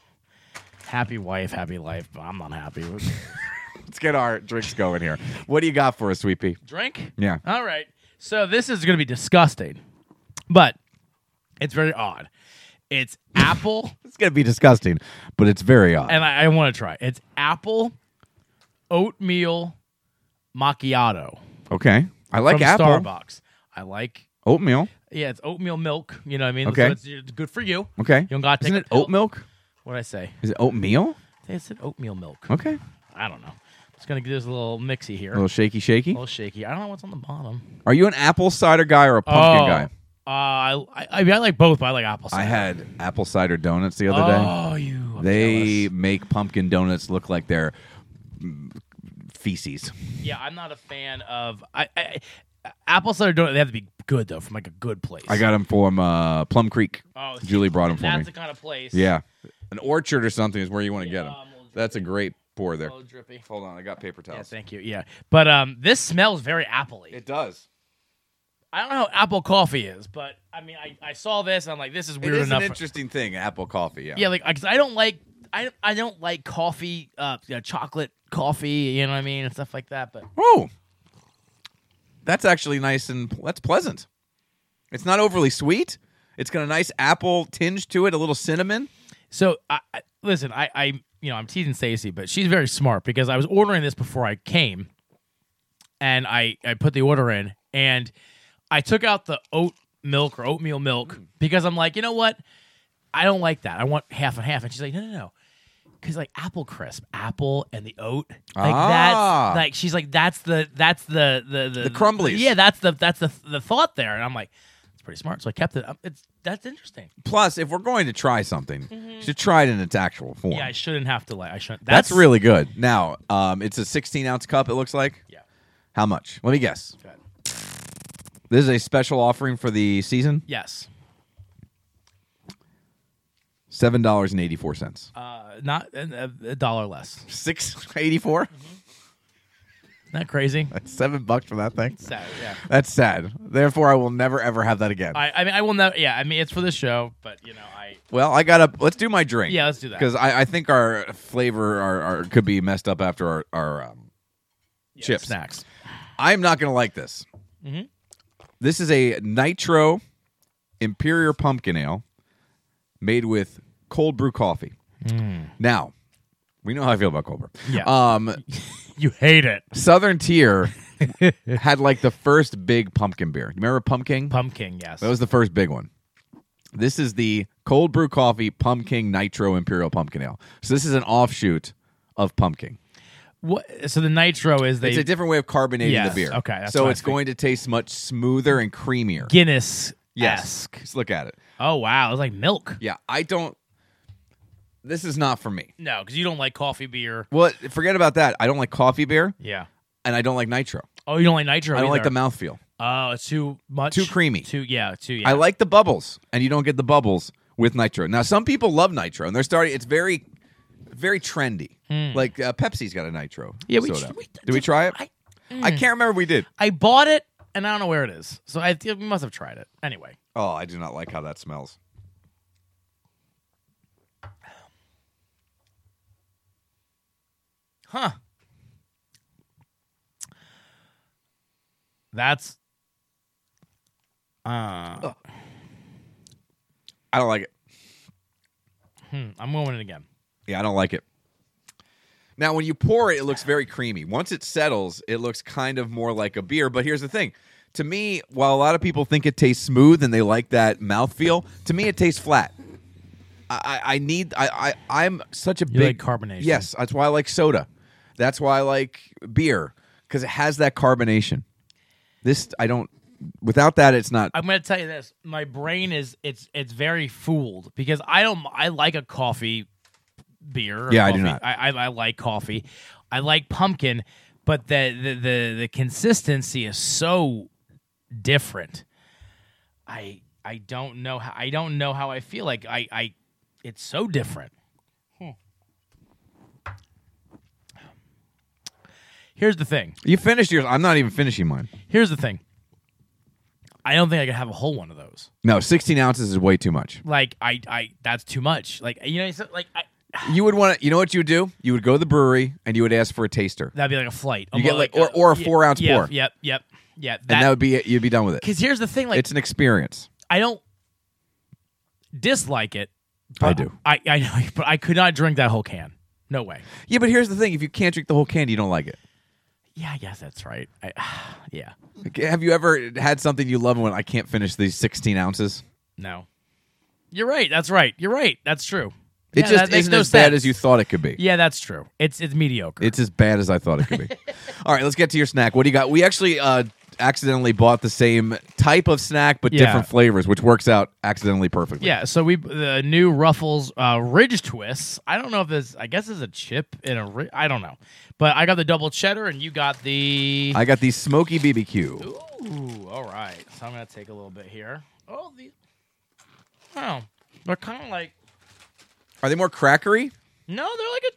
Speaker 2: Happy wife, happy life, but I'm not happy.
Speaker 1: Let's get our drinks going here. What do you got for us, Sweepy?
Speaker 2: Drink?
Speaker 1: Yeah.
Speaker 2: All right. So this is going to be disgusting, but it's very odd. It's apple,
Speaker 1: It's going to be disgusting, but it's very odd.
Speaker 2: and I, I want to try. it. It's apple oatmeal macchiato
Speaker 1: Okay. I like
Speaker 2: from
Speaker 1: apple.
Speaker 2: Starbucks. I like.
Speaker 1: Oatmeal.
Speaker 2: Yeah, it's oatmeal milk. You know what I mean?
Speaker 1: Okay.
Speaker 2: So it's, it's good for you.
Speaker 1: Okay.
Speaker 2: You don't got to
Speaker 1: Isn't
Speaker 2: take
Speaker 1: it
Speaker 2: a pill.
Speaker 1: oat milk?
Speaker 2: What did I say?
Speaker 1: Is it oatmeal?
Speaker 2: I think I said oatmeal milk.
Speaker 1: Okay.
Speaker 2: I don't know. It's gonna give us a little mixy here.
Speaker 1: A little shaky shaky.
Speaker 2: A little shaky. I don't know what's on the bottom.
Speaker 1: Are you an apple cider guy or a pumpkin guy?
Speaker 2: Oh, Uh, I, I mean, I like both, but I like apple cider.
Speaker 1: I had apple cider donuts the other day.
Speaker 2: Oh, you. I'm
Speaker 1: They
Speaker 2: jealous.
Speaker 1: make pumpkin donuts look like they're mm, feces.
Speaker 2: Yeah, I'm not a fan of. I, I apple cider donut. They have to be good though, from like a good place.
Speaker 1: I got them from uh, Plum Creek.
Speaker 2: Oh, see,
Speaker 1: Julie brought them for
Speaker 2: That's
Speaker 1: me.
Speaker 2: the kind of place.
Speaker 1: yeah. An orchard or something is where you want to get them.
Speaker 2: I'm a little
Speaker 1: That's a great pour there.
Speaker 2: A little Oh, drippy.
Speaker 1: Hold on, I got paper
Speaker 2: Yeah,
Speaker 1: towels.
Speaker 2: thank you. Yeah, but um, this smells very appley.
Speaker 1: it does.
Speaker 2: I don't know how apple coffee is, but I mean, I, I saw this and I'm like, this is weird
Speaker 1: it is
Speaker 2: enough.
Speaker 1: an interesting thing, apple coffee. Yeah.
Speaker 2: yeah, like I, 'cause I don't like I I don't like coffee, uh, you know, chocolate coffee. You know what I mean and stuff like that. But
Speaker 1: Oh, that's actually nice and that's pleasant. It's not overly sweet. It's got a nice apple tinge to it, a little cinnamon.
Speaker 2: So I, I listen, I, I you know, I'm teasing Stacy, but she's very smart because I was ordering this before I came. and I, I put the order in and I took out the oat milk or oatmeal milk
Speaker 1: Mm.
Speaker 2: because I'm like, you know what? I don't like that. I want half and half. And she's like, no, no, no. Cause like apple crisp, apple and the oat, like
Speaker 1: Ah.
Speaker 2: that's like she's like that's the that's the the the,
Speaker 1: The crumblies.
Speaker 2: Yeah, that's the that's the the thought there, and I'm like, it's pretty smart. So I kept it. up. It's that's interesting.
Speaker 1: Plus, if we're going to try something, you should try it in its actual form.
Speaker 2: Mm-hmm. Yeah, I shouldn't have to like I shouldn't.
Speaker 1: that's, really good. Now, um, it's a 16 ounce cup. It looks like.
Speaker 2: Yeah.
Speaker 1: How much? Let me guess.
Speaker 2: Go ahead.
Speaker 1: This is a special offering for the season.
Speaker 2: Yes.
Speaker 1: Seven dollars and eighty four cents.
Speaker 2: Uh, not uh, a dollar less.
Speaker 1: Six eighty four.
Speaker 2: mm-hmm. Isn't that crazy?
Speaker 1: That's seven bucks for that thing.
Speaker 2: So, yeah.
Speaker 1: That's sad. Therefore, I will never ever have that again.
Speaker 2: I, I mean, I will never. Yeah, I mean, it's for the show, but you know, I
Speaker 1: well, I gotta let's do my drink.
Speaker 2: Yeah, let's do that.
Speaker 1: because I, I think our flavor our, our could be messed up after our our um,
Speaker 2: yeah, Mm-hmm.
Speaker 1: chips.
Speaker 2: snacks.
Speaker 1: I'm not gonna like this. This is a nitro imperial pumpkin ale made with cold brew coffee. Now, we know how I feel about cold brew.
Speaker 2: Mm. Yeah.
Speaker 1: Um,
Speaker 2: You hate it,
Speaker 1: Southern Tier had like the first big pumpkin beer. You remember pumpkin?
Speaker 2: pumpkin. Yes.
Speaker 1: That was the first big one. This is the cold brew coffee pumpkin nitro imperial pumpkin ale. So this is an offshoot of pumpkin.
Speaker 2: what, so the nitro is they
Speaker 1: It's a different way of carbonating
Speaker 2: Yes,
Speaker 1: the beer.
Speaker 2: okay, that's
Speaker 1: so
Speaker 2: what I
Speaker 1: it's going to taste much smoother and creamier.
Speaker 2: Guinness
Speaker 1: yes.
Speaker 2: esque.
Speaker 1: Just look at it.
Speaker 2: Oh wow, it's like milk.
Speaker 1: Yeah, I don't. This is not for me.
Speaker 2: No, because you don't like coffee beer.
Speaker 1: Well, forget about that. I don't like coffee beer,
Speaker 2: Yeah.
Speaker 1: and I don't like nitro.
Speaker 2: Oh, you don't like nitro.
Speaker 1: I don't like the
Speaker 2: either.
Speaker 1: mouthfeel.
Speaker 2: Oh, it's too much.
Speaker 1: Too creamy.
Speaker 2: Too yeah. Too yeah.
Speaker 1: I like the bubbles, and you don't get the bubbles with nitro. Now, some people love nitro, and they're starting. It's very, very trendy. Like uh, Pepsi's got a nitro.
Speaker 2: Hmm. Yeah, we-
Speaker 1: soda.
Speaker 2: we-
Speaker 1: did we try it?
Speaker 2: I- mm.
Speaker 1: I can't remember. if We did.
Speaker 2: I bought it and I don't know where it is, so I we must have tried it anyway.
Speaker 1: Oh, I do not like how that smells.
Speaker 2: Huh. That's
Speaker 1: I don't like it.
Speaker 2: hmm, I'm going it again.
Speaker 1: Yeah, I don't like it. Now, when you pour it, it looks very creamy. Once it settles, it looks kind of more like a beer. But here's the thing. To me, while a lot of people think it tastes smooth and they like that mouthfeel, to me it tastes flat. I, I I need I, I I'm such a
Speaker 2: You
Speaker 1: big
Speaker 2: like carbonation.
Speaker 1: Yes, that's why I like soda. That's why I like beer because it has that carbonation. This I don't. Without that, it's not.
Speaker 2: I'm going to tell you this. My brain is it's it's very fooled because I don't I like a coffee beer. or
Speaker 1: Yeah, I do
Speaker 2: coffee-
Speaker 1: not.
Speaker 2: I, I I like coffee. I like pumpkin, but the the the, the consistency is so different. I I don't know how I don't know how I feel like I I it's so different. Hmm. Here's the thing.
Speaker 1: you finished yours. I'm not even finishing mine.
Speaker 2: Here's the thing. I don't think I could have a whole one of those
Speaker 1: No, 16 ounces is way too much.
Speaker 2: like I, I that's too much. Like you know, so, like I,
Speaker 1: You would want to, you know what you would do? You would go to the brewery and you would ask for a taster.
Speaker 2: that'd be like a flight.
Speaker 1: You get,
Speaker 2: Almost
Speaker 1: like, or- or a
Speaker 2: yeah,
Speaker 1: four-ounce
Speaker 2: yeah,
Speaker 1: pour.
Speaker 2: Yep, yep, yeah.
Speaker 1: and that
Speaker 2: That
Speaker 1: would be it. You'd be done with it.
Speaker 2: because here's the thing, like
Speaker 1: It's an experience.
Speaker 2: I don't dislike it.
Speaker 1: I
Speaker 2: but
Speaker 1: do.
Speaker 2: I I know, but I could not drink that whole can. No way.
Speaker 1: Yeah, but here's the thing if you can't drink the whole candy, you don't like it.
Speaker 2: Yeah, I guess that's right. I, yeah.
Speaker 1: Like, Have you ever had something you love and went, I can't finish these 16 ounces?
Speaker 2: No. You're right. That's right. You're right. That's true.
Speaker 1: It
Speaker 2: Yeah, that
Speaker 1: just
Speaker 2: makes
Speaker 1: isn't
Speaker 2: no
Speaker 1: as bad
Speaker 2: sense.
Speaker 1: as you thought it could be.
Speaker 2: Yeah, that's true. It's it's mediocre.
Speaker 1: It's as bad as I thought it could be. All right, let's get to your snack. What do you got? We actually uh, accidentally bought the same type of snack, but
Speaker 2: Yeah.
Speaker 1: different flavors, which works out accidentally perfectly.
Speaker 2: yeah, so we the new Ruffles uh, Ridge Twists. I don't know if this. I guess it's a chip in a. Ri- I don't know, but I got the double cheddar and you got the.
Speaker 1: I got the smoky BBQ.
Speaker 2: Ooh, all right. So I'm gonna take a little bit here. Oh, the. Oh, they're kind of like
Speaker 1: Are they more crackery?
Speaker 2: no, they're like a.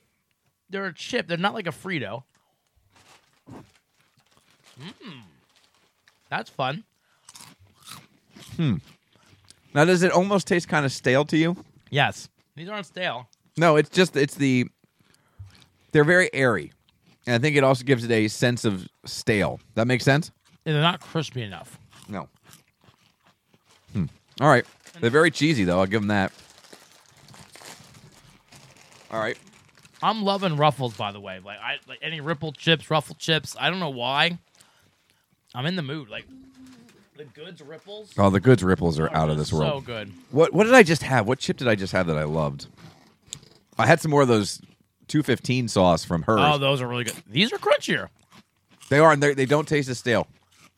Speaker 2: They're a chip. They're not like a Frito. Mmm, that's fun.
Speaker 1: Now, does it almost taste kind of stale to you?
Speaker 2: Yes, these aren't stale.
Speaker 1: No, it's just it's the they're very airy, and I think it also gives it a sense of stale. That makes sense.
Speaker 2: They're not crispy enough.
Speaker 1: No. Hmm. All right, they're very cheesy though. I'll give them that. All right.
Speaker 2: I'm loving Ruffles, by the way. Like I like any Ripple chips, Ruffle chips. I don't know why. I'm in the mood. Like the goods ripples.
Speaker 1: Oh, the goods ripples are out of this world.
Speaker 2: So good.
Speaker 1: What what did I just have? What chip did I just have that I loved? I had some more of those 215 sauce from her.
Speaker 2: Oh, those are really good. These are crunchier.
Speaker 1: they are, and they're- they don't taste as stale.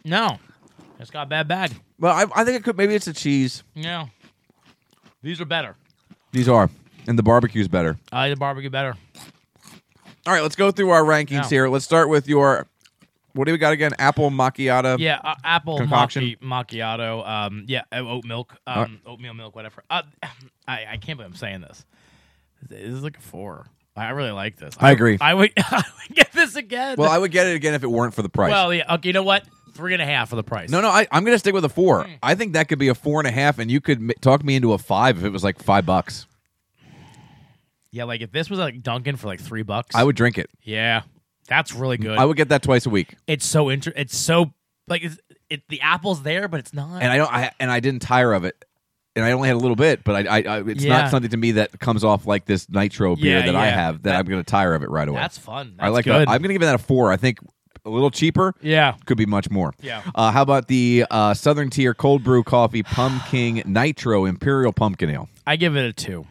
Speaker 2: No, it's got a bad bag.
Speaker 1: Well, I, I think it could. Maybe it's the cheese.
Speaker 2: Yeah, these are better.
Speaker 1: These are, and the barbecue's better.
Speaker 2: I like the barbecue better.
Speaker 1: All right, let's go through our rankings
Speaker 2: Yeah.
Speaker 1: here. Let's start with your. What do we got again? Apple macchiato.
Speaker 2: Yeah, uh, apple
Speaker 1: Concoction?
Speaker 2: macchi- macchiato. Um, yeah, uh, oat milk. Um, oatmeal milk, whatever. Uh, I I can't believe I'm saying this. This is like a four. I really like this.
Speaker 1: I agree.
Speaker 2: I would, I would get this again.
Speaker 1: Well, I would get it again if it weren't for the price.
Speaker 2: well, yeah. Okay, you know what? Three and a half for the price.
Speaker 1: no, no, I, I'm going to stick with a
Speaker 2: Hmm.
Speaker 1: four. I think that could be a four and a half, and you could m- talk me into a five if it was like five bucks.
Speaker 2: Yeah, like if this was like Dunkin' for like three bucks.
Speaker 1: I would drink it.
Speaker 2: Yeah, that's really good.
Speaker 1: I would get that twice a week,
Speaker 2: it's so inter- It's so like it's, it. The apple's there, but it's not.
Speaker 1: and I don't. I and I didn't tire of it, and I only had a little bit, but I, I, I it's
Speaker 2: Yeah.
Speaker 1: not something to me that comes off like this nitro beer
Speaker 2: Yeah,
Speaker 1: that I
Speaker 2: yeah.
Speaker 1: have that, I'm going to tire of it right away.
Speaker 2: that's fun.
Speaker 1: I
Speaker 2: That's
Speaker 1: like.
Speaker 2: good.
Speaker 1: That. I'm going to give that a four. I think a little cheaper.
Speaker 2: yeah.
Speaker 1: could be much more.
Speaker 2: Yeah.
Speaker 1: Uh, how about the uh, Southern Tier Cold Brew Coffee Pumpkin Nitro Imperial Pumpkin Ale?
Speaker 2: I give it a two.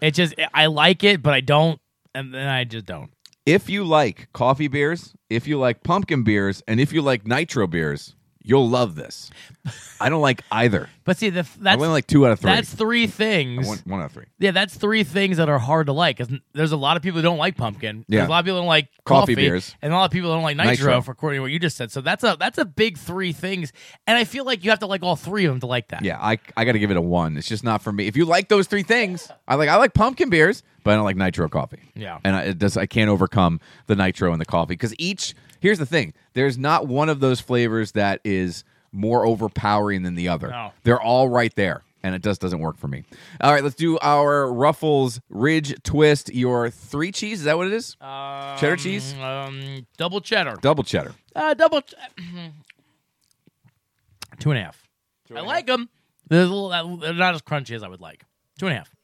Speaker 2: It just I like it, but I don't, and then I just don't.
Speaker 1: If you like coffee beers, if you like pumpkin beers, and if you like nitro beers, you'll love this. I don't like either.
Speaker 2: But see, the,
Speaker 1: I
Speaker 2: that's
Speaker 1: only like two out of three.
Speaker 2: that's three things.
Speaker 1: one, one out of three.
Speaker 2: yeah, that's three things that are hard to like. 'cause There's a lot of people who don't like pumpkin.
Speaker 1: Yeah.
Speaker 2: There's a lot of people who don't like
Speaker 1: Coffee
Speaker 2: coffee,
Speaker 1: beers.
Speaker 2: and a lot of people who don't like nitro,
Speaker 1: Nitro.
Speaker 2: for according to what you just said. So that's a that's a big three things, and I feel like you have to like all three of them to like that.
Speaker 1: Yeah, I, I got to give it a one. It's just not for me. If you like those three things, I like I like pumpkin beers, but I don't like nitro coffee.
Speaker 2: Yeah.
Speaker 1: and I, it does I can't overcome the nitro and the coffee because each here's the thing: there's not one of those flavors that is more overpowering than the other.
Speaker 2: No.
Speaker 1: They're all right there, and it just doesn't work for me. All right, let's do our Ruffles Ridge Twist. Your three cheese is that what it is? cheddar cheese,
Speaker 2: Um, double cheddar.
Speaker 1: double cheddar.
Speaker 2: Uh, double. Ch- two and a half. I like them. They're, a little, uh, they're not as crunchy as I would like. Two and a half.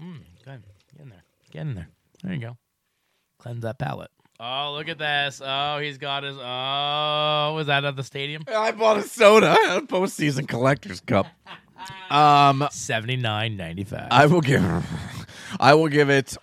Speaker 2: Mm, good. Get in there. Get in there. There you go. Cleanse that palate. Oh, look at this. Oh, he's got his. Oh, was that at the stadium?
Speaker 1: I bought a soda, a postseason collector's cup.
Speaker 2: Uh,
Speaker 1: Um,
Speaker 2: Seventy nine ninety five.
Speaker 1: I will give. I will give it.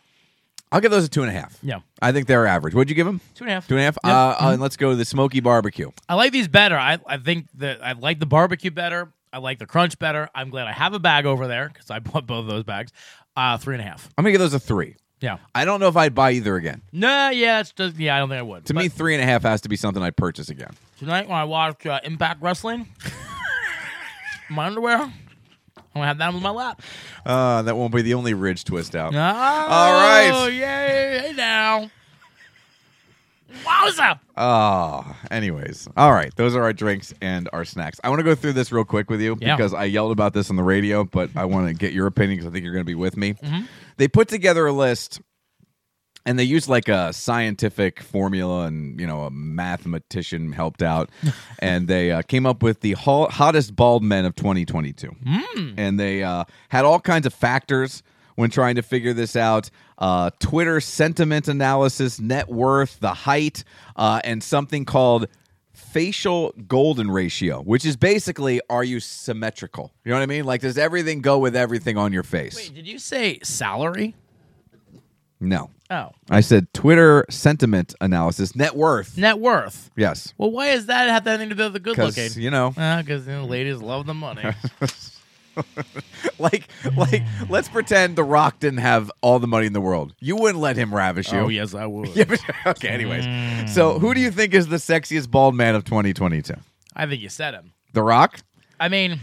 Speaker 1: I'll give those a two and a half.
Speaker 2: Yeah.
Speaker 1: I think they're average. What'd you give them?
Speaker 2: Two and a half.
Speaker 1: Two and a half.
Speaker 2: Yeah. Mm-hmm.
Speaker 1: Uh, uh, and let's go to the Smoky Barbecue.
Speaker 2: I like these better. I, I think that I like the barbecue better. I like the crunch better. I'm glad I have a bag over there because I bought both of those bags. Uh, three and a half.
Speaker 1: I'm gonna give those a three.
Speaker 2: Yeah.
Speaker 1: I don't know if I'd buy either again.
Speaker 2: No, yeah, it's just yeah. I don't think I would.
Speaker 1: To
Speaker 2: But
Speaker 1: me, three and a half has to be something I'd purchase again.
Speaker 2: tonight when I watch uh, Impact Wrestling, my underwear, I'm gonna have that on my lap.
Speaker 1: Uh, that won't be the only ridge twist out.
Speaker 2: Oh,
Speaker 1: right.
Speaker 2: yay! Hey now, wowza!
Speaker 1: Oh, anyways. All right. Those are our drinks and our snacks. I want to go through this real quick with you
Speaker 2: Yeah.
Speaker 1: because I yelled about this on the radio, but I want to get your opinion because I think you're going to be with me.
Speaker 2: Mm-hmm.
Speaker 1: They put together a list and they used like a scientific formula and, you know, a mathematician helped out. and they uh, came up with the ho- hottest bald men of 2022. And they uh, had all kinds of factors when trying to figure this out uh, Twitter sentiment analysis, net worth, the height, uh, and something called facial golden ratio, which is basically are you symmetrical? You know what I mean? Like, does everything go with everything on your face?
Speaker 2: Wait, did you say salary?
Speaker 1: No.
Speaker 2: Oh,
Speaker 1: I said Twitter sentiment analysis, net worth.
Speaker 2: net worth.
Speaker 1: Yes.
Speaker 2: Well, why does that have anything to do with the good looking?
Speaker 1: Because, you know,
Speaker 2: Because you know, ladies love the money.
Speaker 1: like, like, let's pretend The Rock didn't have all the money in the world. You wouldn't let him ravish you.
Speaker 2: oh Mm. yes, I would.
Speaker 1: Yeah, but- okay, anyways. So, who do you think is the sexiest bald man of 2022?
Speaker 2: I think you said him.
Speaker 1: The Rock?
Speaker 2: I mean,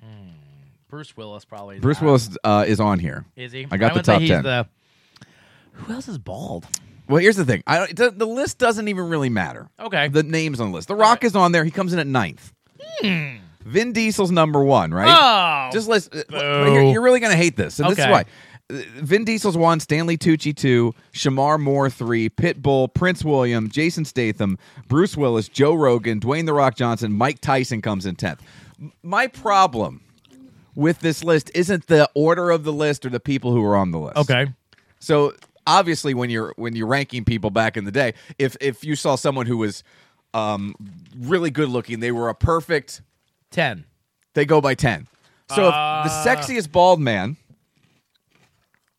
Speaker 2: hmm, Bruce Willis probably. is
Speaker 1: Bruce
Speaker 2: out.
Speaker 1: Willis uh, is on here.
Speaker 2: Is he?
Speaker 1: I got the
Speaker 2: would say
Speaker 1: top
Speaker 2: he's
Speaker 1: 10.
Speaker 2: The, who else is bald?
Speaker 1: Well, here's the thing. I don't, it doesn't- the list doesn't even really matter.
Speaker 2: Okay.
Speaker 1: The names on the list. The Rock is on there. He comes in at ninth. Vin Diesel's number one, right?
Speaker 2: Hmm. oh,
Speaker 1: Just list. uh, You're, you're really going to hate this. And this is
Speaker 2: Okay.
Speaker 1: why. Uh, Vin Diesel's one, Stanley Tucci two, Shamar Moore three, Pitbull, Prince William, Jason Statham, Bruce Willis, Joe Rogan, Dwayne The Rock Johnson, Mike Tyson comes in 10th. M- My problem with this list isn't the order of the list or the people who are on the list.
Speaker 2: okay.
Speaker 1: So obviously when you're when you're ranking people back in the day, if if you saw someone who was um, really good looking, they were a perfect.
Speaker 2: Ten.
Speaker 1: They go by ten. So if
Speaker 2: Ah.
Speaker 1: the sexiest bald man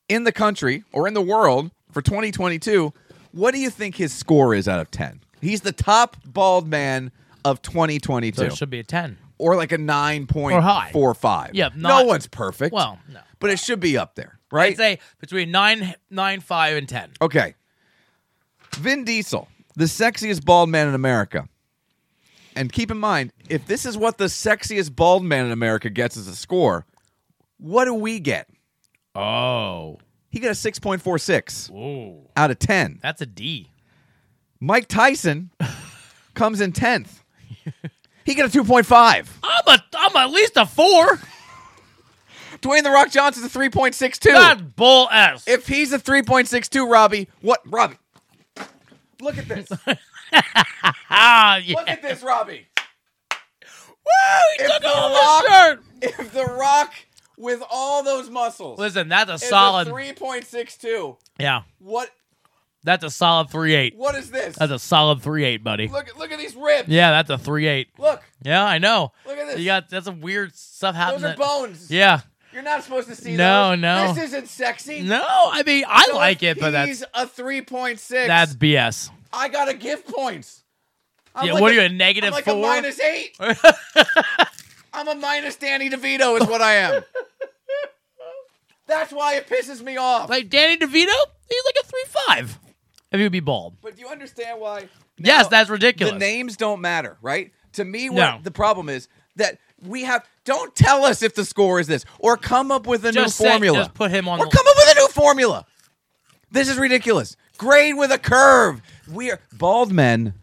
Speaker 1: in the country or in the world for 2022, what do you think his score is out of ten? He's the top bald man of 2022
Speaker 2: So it should be a ten.
Speaker 1: or like a nine point
Speaker 2: Or high.
Speaker 1: four five.
Speaker 2: Yep,
Speaker 1: no
Speaker 2: not-
Speaker 1: one's perfect.
Speaker 2: Well, no.
Speaker 1: but it should be up there, right?
Speaker 2: I'd say between nine, nine, five, and ten.
Speaker 1: okay, Vin Diesel, the sexiest bald man in America. And keep in mind, if this is what the sexiest bald man in America gets as a score, what do we get?
Speaker 2: Oh,
Speaker 1: He got a six point four six
Speaker 2: whoa,
Speaker 1: out of ten.
Speaker 2: that's a D.
Speaker 1: Mike Tyson comes in tenth. He got a two point five.
Speaker 2: I'm a, I'm at least a four.
Speaker 1: Dwayne the Rock Johnson's a three point six two.
Speaker 2: God bull s.
Speaker 1: If he's a 3.62, Robbie, what? Robbie, look at this. Look
Speaker 2: ah, yeah.
Speaker 1: at this, Robbie.
Speaker 2: Woo, he
Speaker 1: If
Speaker 2: took
Speaker 1: The
Speaker 2: off
Speaker 1: Rock-
Speaker 2: his shirt.
Speaker 1: If The Rock with all those muscles
Speaker 2: Listen, that's a
Speaker 1: is
Speaker 2: solid.
Speaker 1: a 3.62,
Speaker 2: yeah,
Speaker 1: what?
Speaker 2: that's a solid three eight.
Speaker 1: What is this?
Speaker 2: That's a solid three eight, buddy.
Speaker 1: Look, look at these ribs.
Speaker 2: Yeah, that's a three eight.
Speaker 1: Look,
Speaker 2: Yeah, I know.
Speaker 1: Look at this.
Speaker 2: You got that's some weird stuff happening.
Speaker 1: those are bones.
Speaker 2: Yeah.
Speaker 1: You're not supposed to see
Speaker 2: No,
Speaker 1: those.
Speaker 2: no.
Speaker 1: This isn't sexy.
Speaker 2: No, I mean I
Speaker 1: So
Speaker 2: like
Speaker 1: if
Speaker 2: it, but that's
Speaker 1: he's a 3.6.
Speaker 2: that's BS.
Speaker 1: I gotta give points. I'm
Speaker 2: Yeah,
Speaker 1: like
Speaker 2: what are you a negative
Speaker 1: I'm like a
Speaker 2: four?
Speaker 1: minus eight. I'm a minus Danny DeVito is what I am. That's why it pisses me off.
Speaker 2: like Danny DeVito, he's like a three five. If he would be bald.
Speaker 1: but do you understand why?
Speaker 2: yes,
Speaker 1: Now,
Speaker 2: that's ridiculous.
Speaker 1: The names don't matter, right? To me, what
Speaker 2: No.
Speaker 1: the problem is that we have. Don't tell us if the score is this, or come up with a
Speaker 2: Just
Speaker 1: new
Speaker 2: say-
Speaker 1: formula.
Speaker 2: just put him on
Speaker 1: or
Speaker 2: the-
Speaker 1: come up with a new formula. This is ridiculous. Grade with a curve. We are bald men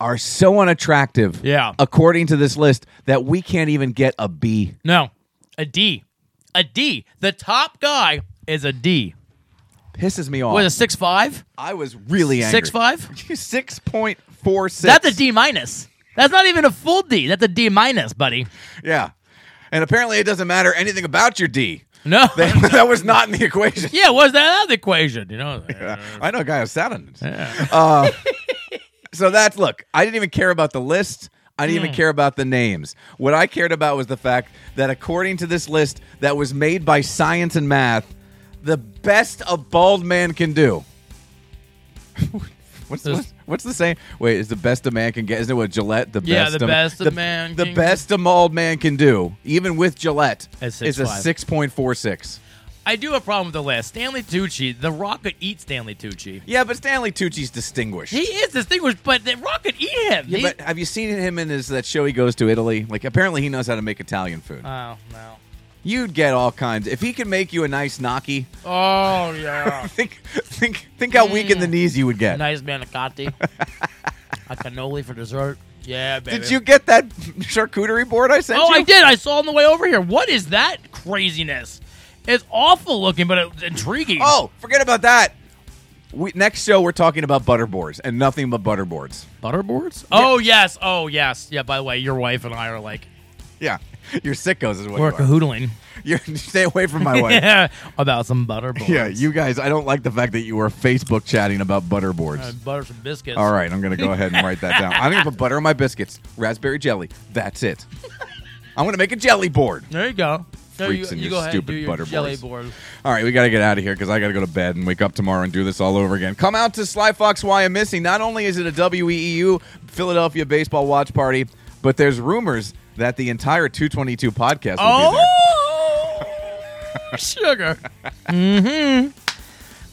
Speaker 1: are so unattractive.
Speaker 2: Yeah.
Speaker 1: According to this list, that we can't even get a B.
Speaker 2: No. A D. A D. The top guy is a D.
Speaker 1: Pisses me off.
Speaker 2: What is a six five?
Speaker 1: I was really angry.
Speaker 2: Six five?
Speaker 1: Six point four six.
Speaker 2: That's a D minus. That's not even a full D. That's a D minus, buddy.
Speaker 1: Yeah. And apparently, it doesn't matter anything about your D.
Speaker 2: No.
Speaker 1: They- that was not in the equation.
Speaker 2: yeah, was that out of the equation? You know?
Speaker 1: I know a guy who sounded. Uh, so that's look. I didn't even care about the list. I didn't
Speaker 2: Hmm.
Speaker 1: even care about the names. What I cared about was the fact that according to this list that was made by science and math, the best a bald man can do. What's, what's, what's the saying? Wait, is the best a man can get? Isn't it what Gillette? The
Speaker 2: Yeah,
Speaker 1: best
Speaker 2: the
Speaker 1: a-
Speaker 2: best a
Speaker 1: the,
Speaker 2: man
Speaker 1: The
Speaker 2: can-
Speaker 1: best a bald man can do, even with Gillette,
Speaker 2: Is
Speaker 1: is a
Speaker 2: 6'5".
Speaker 1: six point four six.
Speaker 2: I do have a problem with the list. Stanley Tucci, The Rock could eat Stanley Tucci.
Speaker 1: Yeah, but Stanley Tucci's distinguished.
Speaker 2: He is distinguished, but The Rock could eat him.
Speaker 1: Yeah,
Speaker 2: He-
Speaker 1: but have you seen him in his that show he goes to Italy? Like apparently he knows how to make Italian food.
Speaker 2: oh, no.
Speaker 1: You'd get all kinds. If he can make you a nice gnocchi,
Speaker 2: Oh, yeah.
Speaker 1: think think think how weak in the knees you would get.
Speaker 2: Mm. nice manicotti. a cannoli for dessert. Yeah, baby.
Speaker 1: Did you get that charcuterie board I sent
Speaker 2: Oh,
Speaker 1: you?
Speaker 2: I did. I saw on the way over here. What is that craziness? It's awful looking, but it's intriguing.
Speaker 1: Oh, forget about that. We, next show we're talking about butterboards and nothing but butterboards.
Speaker 2: butterboards. Oh yes. Oh yes. Yeah. By the way, your wife and I are like
Speaker 1: Yeah, you're sickos is what
Speaker 2: we're
Speaker 1: you are.
Speaker 2: cahoodling
Speaker 1: You're, stay away from my wife.
Speaker 2: about some butterboards.
Speaker 1: yeah, you guys. I don't like the fact that you were Facebook chatting about butterboards.
Speaker 2: Uh, butter some biscuits.
Speaker 1: All right, I'm gonna go ahead and write that down. I'm gonna put butter on my biscuits, raspberry jelly. That's it. I'm gonna make a jelly board.
Speaker 2: There you go. There
Speaker 1: Freaks
Speaker 2: you,
Speaker 1: and
Speaker 2: you
Speaker 1: your
Speaker 2: go ahead
Speaker 1: stupid
Speaker 2: and do your
Speaker 1: butterboards.
Speaker 2: jelly board.
Speaker 1: All right, we gotta get out of here because I gotta go to bed and wake up tomorrow and do this all over again. Come out to Sly Fox Why I'm Missing. Not only is it a WEEU Philadelphia baseball watch party, but there's rumors that the entire 222 podcast will be there.
Speaker 2: Oh, sugar.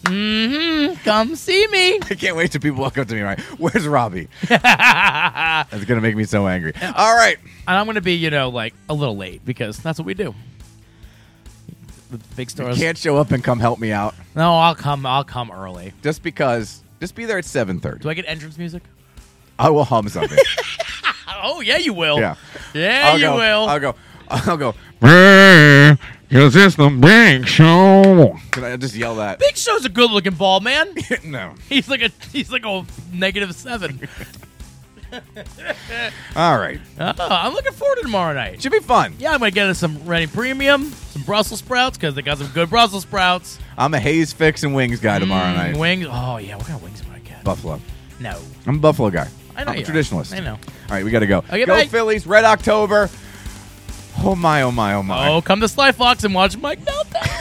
Speaker 2: Mm-hmm. Mm-hmm. Come see me.
Speaker 1: I can't wait till people walk up to me. Right, where's Robbie? That's gonna make me so angry. All right,
Speaker 2: and I'm gonna be, you know, like a little late because that's what we do. The big stars.
Speaker 1: can't show up and come help me out
Speaker 2: No, I'll come. I'll come early.
Speaker 1: just because. Just be there at 7:30.
Speaker 2: Do I get entrance music?
Speaker 1: I will hum something.
Speaker 2: Oh yeah, you will.
Speaker 1: Uh, Yeah.
Speaker 2: yeah,
Speaker 1: I'll
Speaker 2: you
Speaker 1: go,
Speaker 2: will.
Speaker 1: I'll go. I'll go.
Speaker 7: Because it's the big show.
Speaker 1: Can I just yell that?
Speaker 2: Big Show's a good-looking ball man.
Speaker 1: no.
Speaker 2: he's like a he's like a negative seven.
Speaker 1: All right.
Speaker 2: Uh, I'm looking forward to tomorrow night.
Speaker 1: Should be fun.
Speaker 2: Yeah, I'm gonna get us some Rennie Premium, some Brussels sprouts because they got some good Brussels sprouts.
Speaker 1: I'm a Hayes Fix and Wings guy tomorrow
Speaker 2: Mm,
Speaker 1: night.
Speaker 2: Wings. Oh yeah, what kind of wings am I gonna get?
Speaker 1: Buffalo.
Speaker 2: No,
Speaker 1: I'm a Buffalo guy.
Speaker 2: I know
Speaker 1: I'm a
Speaker 2: you are.
Speaker 1: traditionalist.
Speaker 2: I know.
Speaker 1: All right, we got to go.
Speaker 2: Okay,
Speaker 1: go
Speaker 2: bye.
Speaker 1: Phillies. Red October. Oh my, oh my, oh my.
Speaker 2: Oh, come to Sly Fox and watch Mike meltdown.